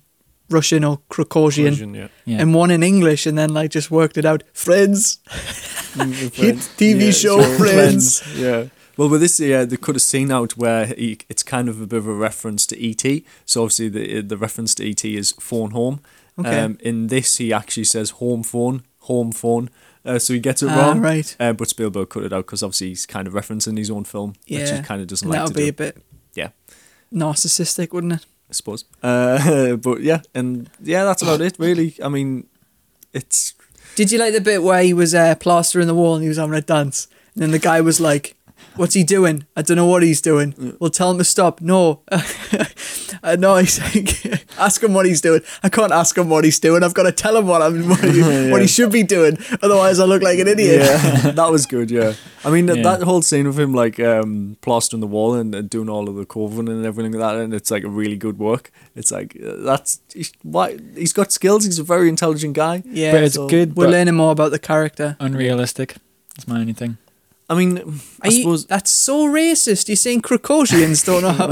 B: Russian or Krakosian,
A: Yeah.
C: Yeah.
B: and one in English, and then like just worked it out. Friends,
A: Friends.
B: TV show
A: so
B: Friends.
A: Yeah. Well, with this, yeah, they could have seen out where he, it's kind of a bit of a reference to ET. So obviously, the the reference to ET is phone home.
B: Okay.
A: Um, in this, he actually says home phone, home phone. Uh, so he gets it
B: Ah,
A: wrong.
B: right.
A: Uh, but Spielberg cut it out because obviously he's kind of referencing his own film, which
B: yeah,
A: he kind of doesn't
B: And
A: like
B: that
A: to
B: would be
A: do.
B: a bit
A: yeah.
B: narcissistic, wouldn't it?
A: I suppose. Uh, but yeah, and yeah, that's about it, really. I mean, it's
B: Did you like the bit where he was uh, plastering the wall and he was having a dance? And then the guy was like, What's he doing? I don't know what he's doing. Well, tell him to stop. No. uh, no, he's like, Ask him what he's doing. I can't ask him what he's doing. I've got to tell him what, I'm, what, he, what he should be doing. Otherwise, I look like an idiot.
A: yeah, that was good. Yeah, I mean that
C: Yeah.
A: that whole scene of him like um, plastering the wall and, and doing all of the covering and everything like that, and it's like a really good work. It's like uh, that's he's, why he's got skills. He's a very intelligent guy.
B: Yeah,
C: But it's
B: so
C: good,
B: We're
C: but-
B: learning more about the character.
C: Unrealistic. That's my only thing.
A: I mean, I
B: Are you-
A: suppose.
B: that's so racist. You're saying Krakosians don't know how.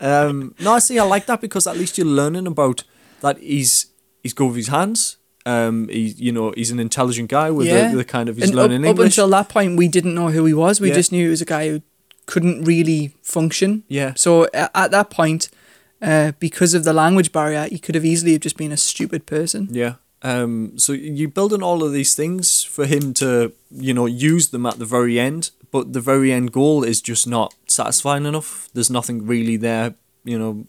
A: Um, no, I see. I like that because at least you're learning about that. He's he's good with his hands. Um, he you know he's an intelligent guy with the, the kind of he's
B: And up,
A: learning
B: up
A: English.
B: until that point, we didn't know who he was. We
A: Yeah.
B: just knew he was a guy who couldn't really function.
A: Yeah.
B: So a- at that point, uh, because of the language barrier, he could have easily have just been a stupid person.
A: Yeah. Um, so you're building all of these things for him to, you know, use them at the very end, but the very end goal is just not satisfying enough. There's nothing really there, you know,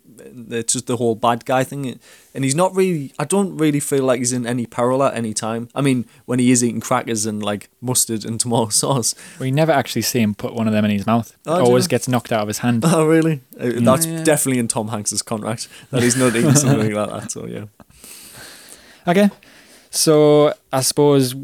A: it's just the whole bad guy thing. And he's not really, I don't really feel like he's in any peril at any time. I mean, when he is eating crackers and like mustard and tomato sauce.
C: We never actually see him put one of them in his mouth. It
A: Oh, do you
C: always
A: know?
C: gets knocked out of his hand.
A: Oh, really? Uh, That's
B: Yeah.
A: definitely in Tom Hanks's contract that he's not eating something like that. So, yeah.
C: Okay. So I suppose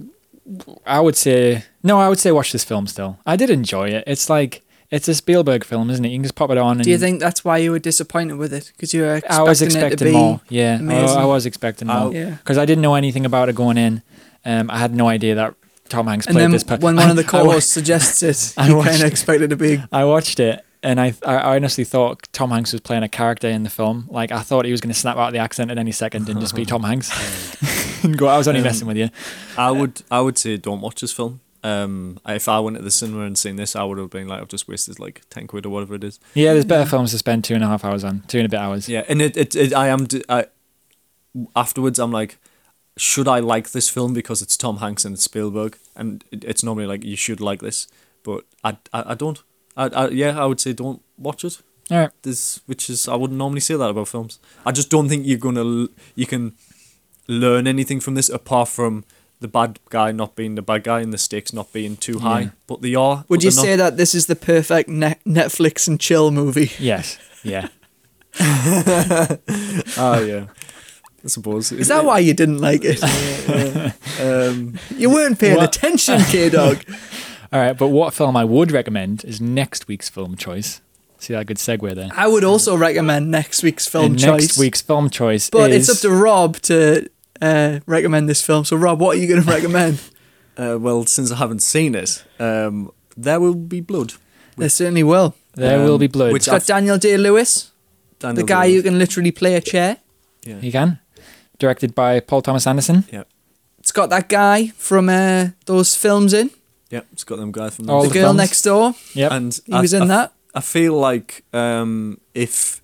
C: I would say no. I would say watch this film still. I did enjoy it. It's like it's a Spielberg film, isn't it? You can just pop it on. And
B: Do you think that's why you were disappointed with it? Because you were expecting,
C: I was
B: it to
C: expecting
B: be
C: more. Yeah, I-
B: amazing.
C: I, was expecting
A: Oh.
C: more.
B: Yeah.
C: because I didn't know anything about it going in. Um, I had no idea that Tom Hanks
B: And
C: played
B: then
C: this part.
B: when one of the
C: I, wa-
B: co-hosts suggests it,
C: I
B: you
C: watched
B: kind of
C: it.
B: expected to be.
C: I watched it. And I, I honestly thought Tom Hanks was playing a character in the film. Like I thought he was going to snap out of the accent at any second and just be Tom Hanks. and go, I was only
B: Um,
C: messing with you.
A: I would I would say don't watch this film. Um, if I went to the cinema and seen this, I would have been like, I've just wasted like ten quid or whatever it is.
C: Yeah, there's better films to spend two and a half hours on, two and a bit hours.
A: Yeah, and it, it, it I am d- I afterwards I'm like, should I like this film because it's Tom Hanks and it's Spielberg, and it, it's normally like you should like this, but I I, I don't. I, I yeah, I would say don't watch it.
C: All right.
A: This which is I wouldn't normally say that about films. I just don't think you're gonna l- you can learn anything from this apart from. The bad guy not being the bad guy and the stakes not being too high,
C: Yeah.
A: but they are.
B: Would you say that this is the perfect ne- Netflix and chill movie?
C: Yes. Yeah.
A: Oh yeah, I suppose.
B: Is that why you didn't like it?
A: Um,
B: You weren't paying
C: What?
B: attention, K Dog.
C: All right. But what film I would recommend is next week's film choice. See that good segue there.
B: I would also recommend next week's film
C: and
B: choice.
C: Next week's film choice
B: But
C: is
B: it's up to Rob to uh, recommend this film. So, Rob, what are you going to recommend?
A: uh, well, since I haven't seen it, um, there will be blood.
B: there certainly will.
C: There Will Be Blood.
A: which
B: It's got
A: I've-
B: Daniel Day Lewis,
A: Daniel
B: the guy who
A: Day-Lewis.
B: can literally play a chair.
A: Yeah.
C: you can, directed by Paul Thomas Anderson.
A: yeah,
B: It's got that guy from uh, those films in
A: yeah, it's got them guy from
B: Oh,
C: All
B: The
C: the
B: Girl
C: films.
B: Next Door.
C: Yep.
A: and
B: He was in
A: I,
B: that.
A: I feel like um, if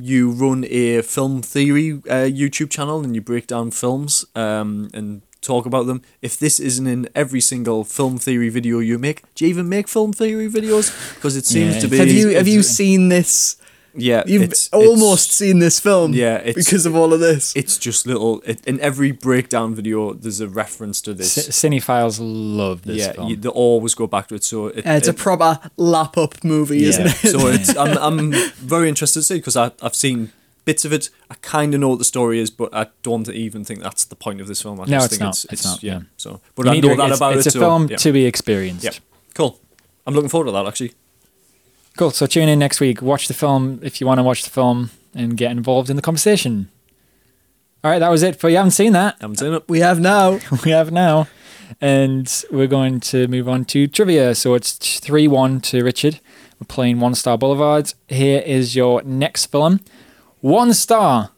A: you run a film theory uh, YouTube channel and you break down films um, and talk about them, if this isn't in every single film theory video you make, do you even make film theory videos? Because it seems
C: Yeah,
A: to be.
C: it's-
B: Have you have
C: it's-
B: you seen this?
A: Yeah,
B: You've
A: it's-
B: almost
A: it's-
B: seen this film,
A: Yeah, it's-
B: because of all of this.
A: It's just little. It, in every breakdown video, there's a reference to this.
C: C- cinephiles love this
A: yeah,
C: film.
A: you, they always go back to it. So it,
B: Uh, it's a
A: it-
B: proper lap up movie,
C: Yeah.
B: isn't it?
A: so it's I'm, I'm very interested to see because I I've seen bits of it. I kind of know what the story is, but I don't even think that's the point of this film. I
C: No,
A: just
C: it's
A: think
C: not,
A: It's,
C: it's not, yeah.
A: So, but
C: You
A: I
C: need
A: know
C: to-
A: that
C: it's,
A: about
C: it's
A: it.
C: a
A: so,
C: film
A: yeah.
C: to be experienced.
A: Yeah, cool. I'm looking forward to that actually.
C: Cool. So tune in next week. Watch the film if you want to watch the film. and get involved in the conversation. All right, that was it for you. Haven't seen that.
A: Haven't seen it.
B: We have now.
C: we have now. And we're going to move on to trivia. So it's 3 1 to Richard. We're playing One Star Boulevard. Here is your next film One Star.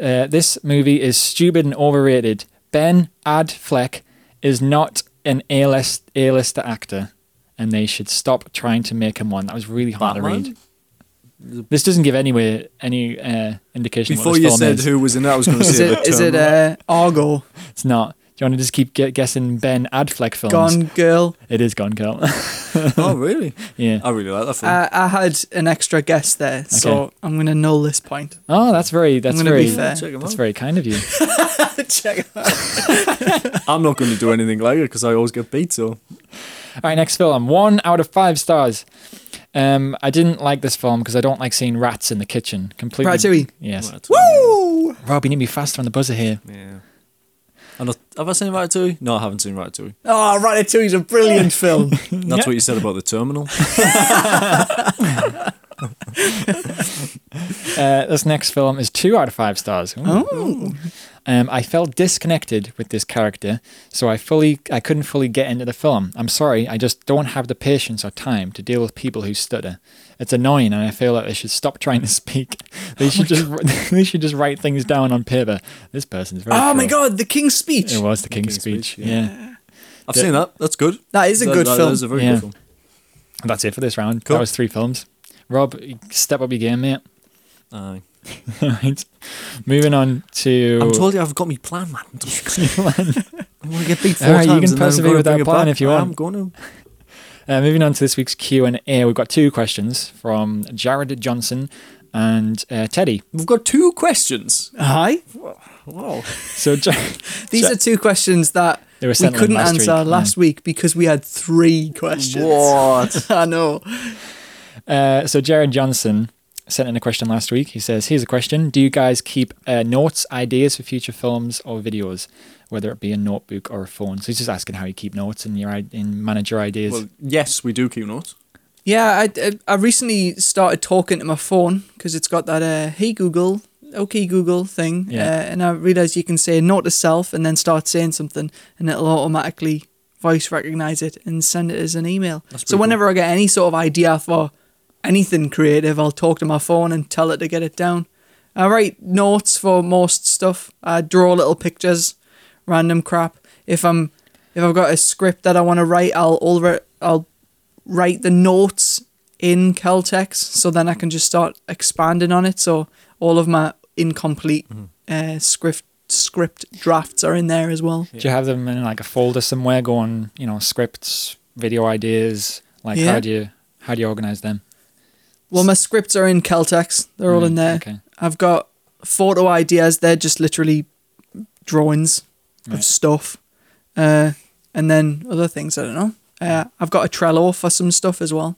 C: Uh, this movie is stupid and overrated. Ben Adfleck is not an A-list, A-lister actor, and they should stop trying to make him one. That was really hard to
A: Batman?
C: read. This doesn't give anywhere any uh, indication.
A: Before
C: what this
A: you
C: film
A: said
C: is.
A: who was in that, I was going to say
B: Is it is it uh, Argo?
C: It's not. Do you want to just keep gu- guessing Ben Adfleck films?
B: Gone Girl.
C: It is Gone Girl.
A: oh, really?
C: yeah.
A: I really like that film.
B: I, I had an extra guess there, so
C: Okay.
B: I'm gonna null this point.
C: Oh, that's very. That's
B: I'm gonna
C: very.
B: be fair.
A: Check 'em
C: That's
A: out.
C: very kind of you.
B: Check
A: I'm not going to do anything like it because I always get beat. So
C: All right, next film. One out of five stars. Um, I didn't like this film because I don't like seeing rats in the kitchen. Completely.
B: Ratatouille.
C: Yes.
A: Right.
B: Woo!
C: Rob, you need to be faster on the buzzer here.
A: Yeah. And I- have I seen Ratatouille? No, I haven't seen Ratatouille.
B: Oh, Ratatouille's a brilliant film.
A: That's what you said about the terminal.
C: Uh, this next film is two out of five stars. Ooh.
B: Oh.
C: Um, I felt disconnected with this character, so I fully, I couldn't fully get into the film. I'm sorry, I just don't have the patience or time to deal with people who stutter. It's annoying, and I feel like they should stop trying to speak. They should just, they should just write things down on paper. This person's very.
B: Oh my
C: cool.
B: god, The King's Speech.
C: It was the King's,
A: King's
C: Speech.
A: Speech,
C: yeah.
A: yeah. I've seen that. That's good.
B: That is a good
A: that,
B: film.
A: That is a very
C: Yeah.
A: good film.
C: That's it for this round. That
A: Cool.
C: was three films. Rob, step up your game, mate.
A: Aye.
C: All right. Moving on to.
A: I'm told you I've got me plan, man. I want to get beat four
C: Alright,
A: times.
C: you can
A: and then I'm
C: persevere
A: gonna
C: with that
A: bring it
C: plan
A: back.
C: if you
A: I'm
C: want.
A: going to.
C: Uh, moving on to this week's Q and A, we've got two questions from Jared Johnson and uh, Teddy.
A: We've got two questions.
B: Hi.
A: Wow.
C: So Jar-
B: These
C: So-
B: are two questions that
C: They were
B: we
C: sent in
B: couldn't
C: last
B: answer
C: week, yeah.
B: last week because we had three questions.
A: What?
B: I know.
C: uh, so Jared Johnson sent in a question last week. He says, "Here's a question: Do you guys keep uh, notes, ideas for future films or videos, whether it be a notebook or a phone?" So he's just asking how you keep notes and your i- and manage your ideas.
A: Well, yes, we do keep notes.
B: Yeah, I, I, I recently started talking to my phone because it's got that uh, "Hey Google, OK Google" thing,
C: Yeah.
B: uh, and I realised you can say "Note to self" and then start saying something, and it'll automatically voice recognise it and send it as an email.
A: That's
B: so
A: pretty
B: whenever I get any sort of idea for anything creative, I'll talk to my phone and tell it to get it down. I write notes for most stuff. I draw little pictures, random crap. If I'm if I've got a script that I want to write, I'll alre I'll write the notes in Caltex, so then I can just start expanding on it. So all of my incomplete
A: Mm-hmm.
B: uh, script script drafts are in there as well.
C: do you have them in like a folder somewhere, going, you know, scripts, video ideas? Like,
B: Yeah.
C: how do you how do you organize them?
B: Well, my scripts are in Caltex; they're all
C: Right,
B: in there.
C: okay.
B: I've got photo ideas; they're just literally drawings
C: Right.
B: of stuff, uh, and then other things. I don't know. Uh, I've got a Trello for some stuff as well.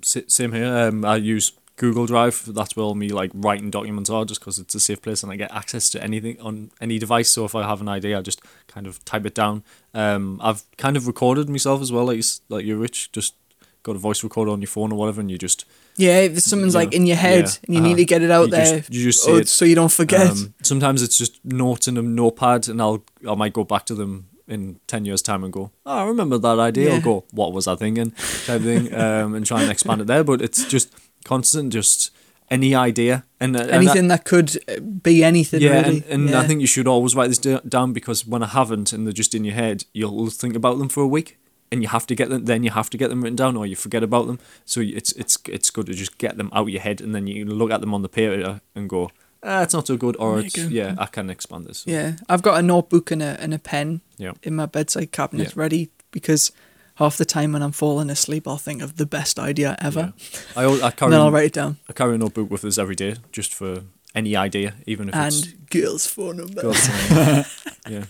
A: S- same here. Um, I use Google Drive. That's where all me like writing documents are, just because it's a safe place and I get access to anything on any device. So if I have an idea, I just kind of type it down. Um, I've kind of recorded myself as well, like you, s- like you, Rich. Just got a voice recorder on your phone or whatever, and you just
B: Yeah, if something's
A: Yeah.
B: like in your head
A: Yeah.
B: and you
A: Uh-huh.
B: need to get it out
A: You just-
B: there,
A: you just
B: oh,
A: see it.
B: so you don't forget.
A: Um, sometimes it's just notes in a notepad, and I'll I might go back to them in ten years' time and go, oh, I remember that idea.
B: Yeah.
A: Or go, what was I thinking? Type thing, um, and try and expand it there. But it's just constant, just any idea and uh, and I-
B: anything that could uh, be anything.
A: yeah,
B: really.
A: and, and I
B: Yeah.
A: think you should always write this da- down because when I haven't and they're just in your head, you'll think about them for a week, and you have to get them. Then you have to get them written down, or you forget about them. So y- it's it's it's good to just get them out your head, and then you can look at them on the paper and go, ah, it's not so good, or it's, yeah, I can expand this.
B: yeah, I've got a notebook and a and a pen
A: Yeah.
B: in my bedside cabinet
A: Yeah.
B: ready because half the time when I'm falling asleep, I'll think of the best idea ever,
A: I al- I
B: and
A: carry
B: then I'll write it down.
A: I carry a notebook with us every day just for any idea, even if it's.
B: And girl's phone number.
A: Go on. yeah.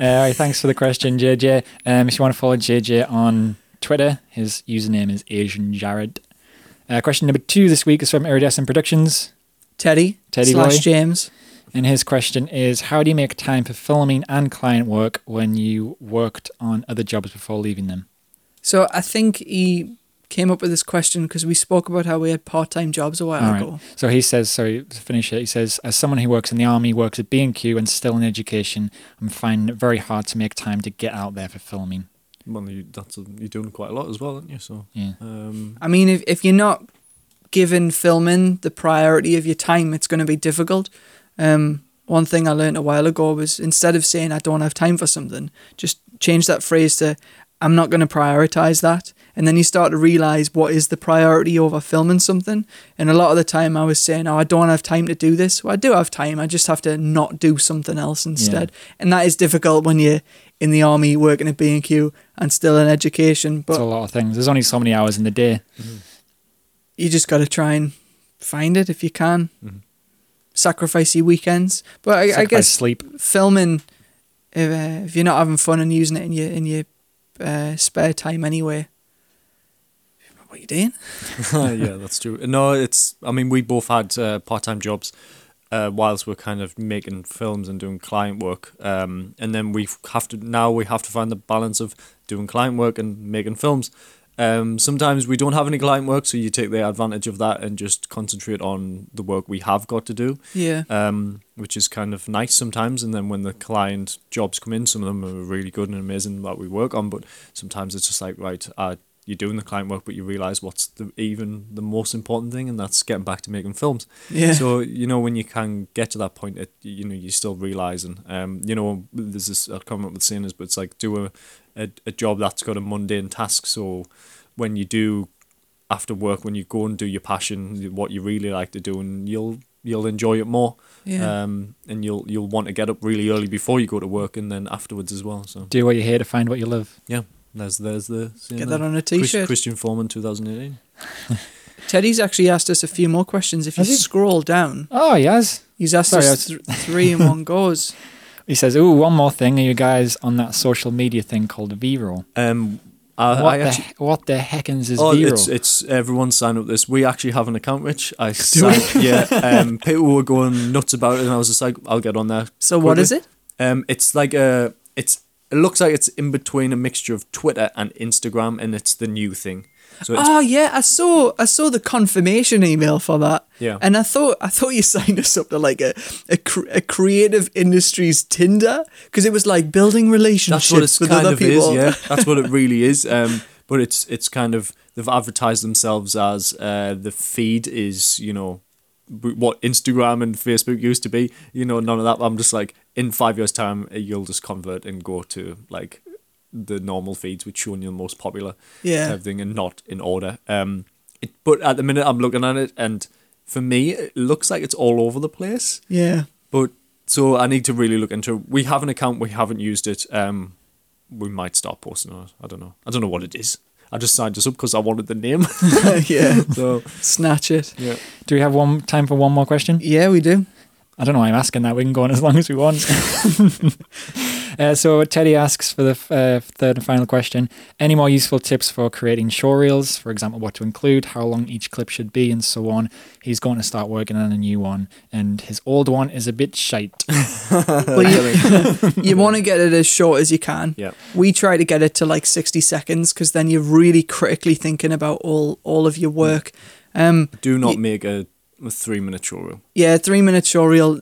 C: Uh, all right, thanks for the question, JJ. Um, if you want to follow JJ on Twitter, his username is Asian Jared. Uh, question number two this week is from Iridescent Productions,
B: Teddy,
C: Teddy
B: slash
C: boy.
B: James.
C: and his question is: How do you make time for filming and client work when you worked on other jobs before leaving them?
B: So I think he came up with this question because we spoke about how we had part-time jobs a while
C: All right.
B: ago.
C: So he says, sorry, to finish it, he says, as someone who works in the army, works at B&Q and still in education, I'm finding it very hard to make time to get out there for filming.
A: Well, you, that's you're doing quite a lot as well, aren't you? So,
C: Yeah.
A: um,
B: Mm. I mean, if, if you're not giving filming the priority of your time, it's going to be difficult. Um, one thing I learned a while ago was instead of saying I don't have time for something, just change that phrase to I'm not going to prioritize that. And then you start to realize what is the priority over filming something. And a lot of the time I was saying, Oh, I don't have time to do this. Well, I do have time. I just have to not do something else instead. And that is difficult when you're in the army, working at B&Q and still in education. But
C: It's a lot of things. There's only so many hours in the day.
B: you just got to try and find it if you can. Sacrifice your weekends, but I, I
C: Mm-hmm. Sacrifice
B: guess
C: sleep.
B: filming if, uh, if you're not having fun and using it in your in your uh, spare time anyway. What are you doing?
A: yeah, that's true. No, it's. I mean, we both had uh, part-time jobs uh, whilst we're kind of making films and doing client work, um, and then we have to now we have to find the balance of doing client work and making films. Um, sometimes we don't have any client work, so you take the advantage of that and just concentrate on the work we have got to do.
B: Yeah,
C: Uh,
A: um, which is kind of nice sometimes. And then when the client jobs come in, some of them are really good and amazing that we work on, but sometimes it's just like, right, uh, you're doing the client work, but you realize what's the even the most important thing, and that's getting back to making films.
B: yeah.
A: So you know when you can get to that point, it, you know you're still realizing. Um, you know there's this I can't remember what the saying is, but it's like do a, a a job that's got a mundane task. So when you do after work, when you go and do your passion, what you really like to do, and you'll you'll enjoy it more.
B: Yeah.
A: Um, and you'll you'll want to get up really early before you go to work, and then afterwards as well. So
C: Do what you're here to find what you love.
A: yeah, there's there's the saying
B: Get
A: there.
B: that on a
A: Chris-
B: t-shirt.
A: Christian Foreman, two thousand eighteen.
B: Teddy's actually asked us a few more questions. If you
C: Has he?
B: scroll down,
C: Oh, yes.
B: he's asked
C: Sorry, I
B: us th- three in one goes.
C: He says, ooh, one more thing. Are you guys on that social media thing called V-roll?
A: Um, I,
C: what,
A: I
C: the,
A: actually,
C: he- what the heckins is
A: Oh,
C: V-roll?
A: it's it's everyone sign up this. We actually have an account, which I signed, yeah. Um, people were going nuts about it, and I was just like, I'll get on there.
B: So what
A: quickly.
B: is it?
A: Um, it's like a it's it looks like it's in between a mixture of Twitter and Instagram, and it's the new thing. So it's
B: Oh yeah, I saw I saw the confirmation email for that.
A: Yeah.
B: And I thought I thought you signed us up to like a a, cr- a creative industries Tinder because it was like building relationships
A: that's what it's
B: with
A: kind
B: other
A: of
B: people.
A: is. Yeah, that's what it really is. Um, but it's it's kind of they've advertised themselves as uh, the feed is you know w- what Instagram and Facebook used to be. You know, none of that. I'm just like in five years' time, uh, you'll just convert and go to like the normal feeds, which showing you the most popular
B: Yeah.
A: type thing, and not in order. Um, it, but at the minute, I'm looking at it, and for me, it looks like it's all over the place.
B: Yeah.
A: But so I need to really look into. We have an account. We haven't used it. Um, we might start posting on it. I don't know. I don't know what it is. I just signed us up because I wanted the name.
B: yeah.
A: so
B: Snatch it.
A: yeah,
C: Do we have one time for one more question?
B: Yeah, we do.
C: I don't know why I'm asking that. We can go on as long as we want. uh, so Teddy asks for the uh, third and final question: Any more useful tips for creating show reels? For example, what to include, how long each clip should be, and so on. He's going to start working on a new one, and his old one is a bit shite.
B: Well, you, you want to get it as short as you can.
A: yeah.
B: We try to get it to like 60 seconds because then you're really critically thinking about all all of your work.
A: Mm.
B: Um
A: Do not
B: Ye-
A: make a, a three-minute showreel.
B: Yeah, three minute short reel.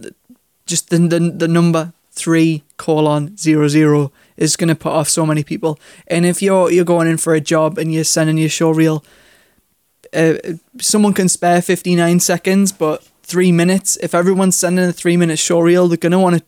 B: Just the the, the number three colon zero zero is going to put off so many people. And if you're you're going in for a job and you're sending your show reel, uh, someone can spare fifty nine seconds, but three minutes. If everyone's sending a three minute show reel, they're going to want to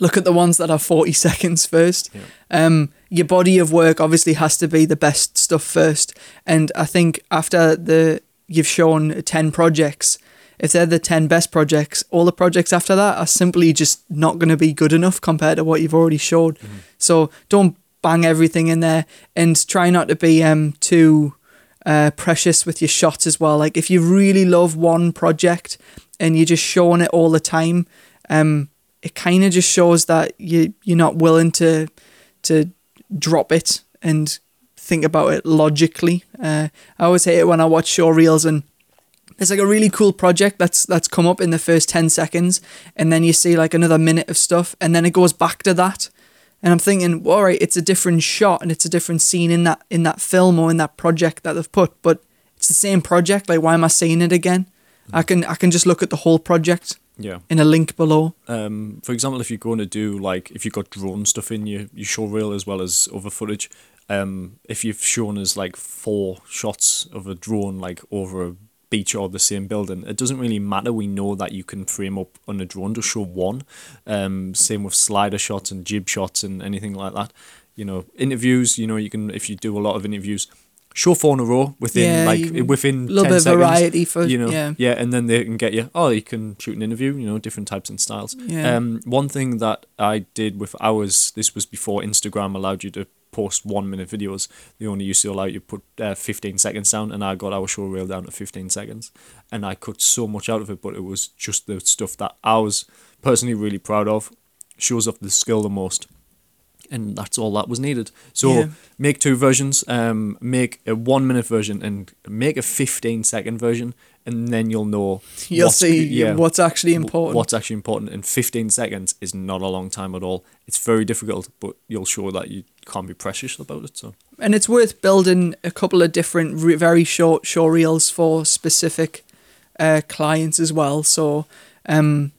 B: look at the ones that are forty seconds first. Um, your body of work obviously has to be the best stuff first, and I think after the you've shown ten projects, if they're the 10 best projects, all the projects after that are simply just not going to be good enough compared to what you've already showed. So don't bang everything in there and try not to be um too uh, precious with your shots as well. Like if you really love one project and you're just showing it all the time, um, it kind of just shows that you you're not willing to to drop it and think about it logically. Uh, I always hate it when I watch show reels and there's like a really cool project that's that's come up in the first 10 seconds and then you see like another minute of stuff and then it goes back to that And I'm thinking, well, all right, it's a different shot and it's a different scene in that in that film or in that project that they've put, but it's the same project. Like, why am I seeing it again? I can I can just look at the whole project
A: Yeah.
B: in a link below.
A: um, for example, if you're going to do like if you've got drone stuff in your your show reel as well as other footage, um, if you've shown us like four shots of a drone like over a beach or the same building, it doesn't really matter. We know that you can frame up on a drone to show one. Um, same with slider shots and jib shots and anything like that. You know, interviews. You know, you can if you do a lot of interviews. Show four in a row within
B: Yeah, you-
A: like within
B: little
A: 10
B: bit of
A: seconds,
B: variety for-
A: you know
B: yeah.
A: yeah, and then they can get you. Oh, you can shoot an interview. You know, different types and styles.
B: Yeah.
A: Um, one thing that I did with ours, this was before Instagram allowed you to post one minute videos. They only used to allow you to put uh, fifteen seconds down, and I got our show reel down to fifteen seconds, and I cut so much out of it. But it was just the stuff that I was personally really proud of. Shows off the skill the most and that's all that was needed. So
B: Yeah.
A: make two versions, um, make a one minute version and make a 15 second version, and then you'll know
B: You'll
A: what's-
B: see what's actually
A: w-
B: important.
A: What's actually important, and 15 seconds is not a long time at all. It's very difficult, but you'll show that you can't be precious about it. So
B: and it's worth building a couple of different re- very short show reels for specific uh, clients as well. So, um,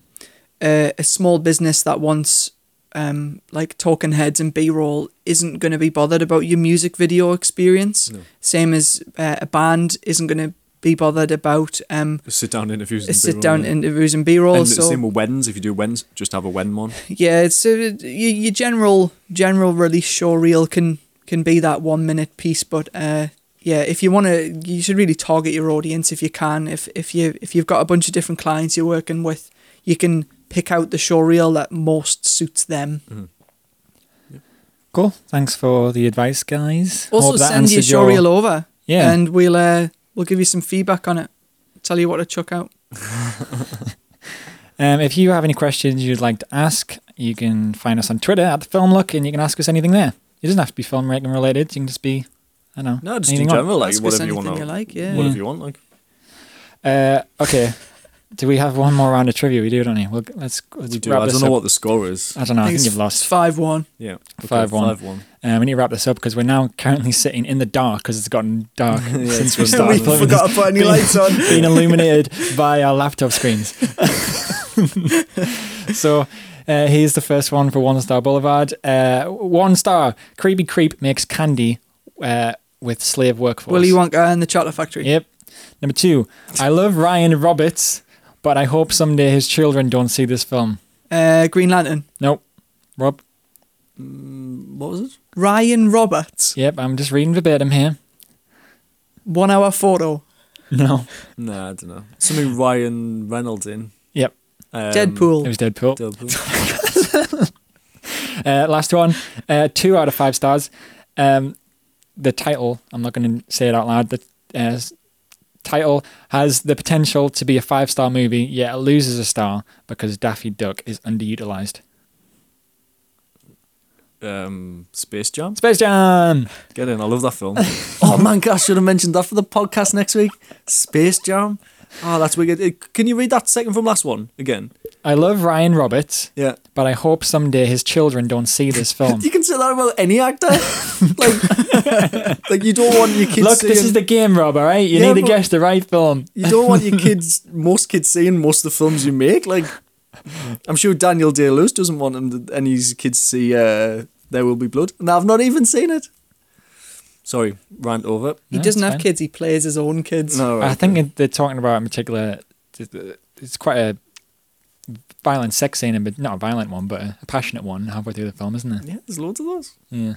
B: uh, a small business that wants um, like talking heads and B roll isn't going to be bothered about your music video experience. Same as uh, a band isn't going to be bothered about um,
A: sit down interviews.
B: a
A: and
B: sit
A: B-roll,
B: down
A: yeah.
B: interviews and B roll.
A: And the
B: So
A: same with weddings. If you do weddings, just have a wedding one.
B: yeah, it's uh, your, your general general release show reel can can be that one minute piece, but uh, yeah, if you want to, you should really target your audience if you can. If if you if you've got a bunch of different clients you're working with, you can pick out the show reel that most suits them.
C: Cool. Thanks for the advice, guys.
B: Also,
C: Hope that
B: send your
C: answered
B: show reel over,
C: Yeah.
B: and we'll uh, we'll give you some feedback on it. Tell you what to chuck out.
C: Um, if you have any questions you'd like to ask, you can find us on Twitter at the Film Look, and you can ask us anything there. It doesn't have to be film ranking related. You can just be, I don't know.
A: No, just
C: anything
A: in
C: else.
A: general, like
B: Ask us
A: whatever you
B: anything
A: want.
B: you like, yeah.
A: Whatever
C: Yeah.
A: you want, like.
C: Uh, okay. do we have one more round of trivia? We do, don't we? We'll, let's, let's
A: We do.
C: wrap
A: I
C: this
A: don't know
C: up.
A: what the score is.
C: I don't know. I think you've
B: It's
C: lost.
B: five one.
A: Yeah, okay,
C: Five one.
A: Five one.
C: Um, we need to wrap this up because we're now currently sitting in the dark because it's gotten dark since we
A: gotten
B: we
A: dark.
C: started. filming this.
B: forgot to put any lights on.
C: being illuminated by our laptop screens. so uh, here's the first one for One Star Boulevard. Uh, one star. Creepy Creep makes candy uh, with slave workforce.
B: Willy Wonka and the Chocolate Factory.
C: Yep. Number two. I love Ryan Roberts, but I hope someday his children don't see this film.
B: Uh, Green Lantern.
C: Nope. Rob.
A: Mm, What was it?
B: Ryan Roberts.
C: Yep. I'm just reading verbatim here.
B: One hour photo.
C: No.
A: Nah, I don't know. Something Ryan Reynolds in.
C: Yep.
A: Um,
B: Deadpool.
C: It was Deadpool.
A: Deadpool.
C: Uh, last one, uh, two out of five stars. Um, the title, I'm not going to say it out loud. The uh, s- title has the potential to be a five star movie, yet it loses a star because Daffy Duck is underutilized.
A: um, Space Jam.
C: Space Jam!
A: Get in. I love that film. oh man, God, I should have mentioned that for the podcast next week. Space Jam. Oh, that's wicked. Eh, Can you read that second from last one again?
C: I love Ryan Roberts,
A: Yeah.
C: but I hope someday his children don't see this film.
A: You can say that about any actor. like, like you don't want your kids.
C: Look, this
A: seeing-
C: is the game, Rob, all right? You
A: Yeah,
C: need to
A: but-
C: guess the right film.
A: You don't want your kids. Most kids seeing most of the films you make. Like, I'm sure Daniel Day Lewis doesn't want him to, any of his kids to see uh, There Will Be Blood, and I've not even seen it. Sorry, rant over.
B: He
C: No,
B: doesn't
C: it's
B: have
C: fine.
B: kids. He plays his own kids.
A: No,
C: I
A: right,
C: think
A: okay.
C: it- they're talking about in particular. th- th- It's quite a violent sex scene, but not a violent one, but a, a passionate one halfway through the film, isn't it?
A: yeah, there's loads of those.
C: Yeah.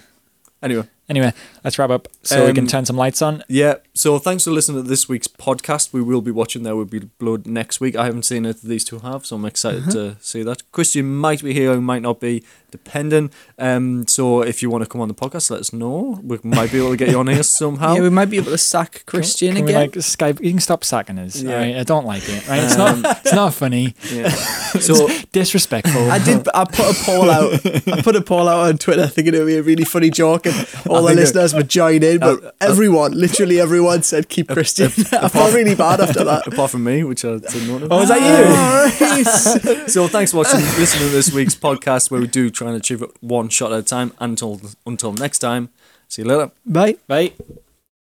A: Anyway,
C: Anyway, let's wrap up so we can
A: Um,
C: turn some lights on.
A: yeah. So thanks for listening to this week's podcast. We will be watching There Will Be Blood next week. I haven't seen it. These two have, so I'm excited
C: Uh-huh.
A: to see that. Christian might be here, he might not be, depending. Um, so if you want to come on the podcast, let us know. We might be able to get you on here somehow.
B: Yeah, we might be able to sack
C: Can we-
B: Christian
C: can we,
B: again.
C: like Skype, you can stop sacking us.
A: Yeah.
C: Right? I don't like it. Right? It's not. It's not funny.
A: Yeah. So
C: Disrespectful.
B: I did. I put a poll out. I put a poll out on Twitter thinking it would be a really funny joke, and
A: I
B: all the
A: think it-
B: listeners would join in, but
A: Uh, uh,
B: everyone, literally everyone, said keep Christian. I felt really bad after that.
A: apart from me, which I didn't know.
D: Oh, is that you?
A: So thanks for watching, listening to this week's podcast where we do try and achieve it one shot at a time. Until until next time, see you later.
C: Bye.
D: Right.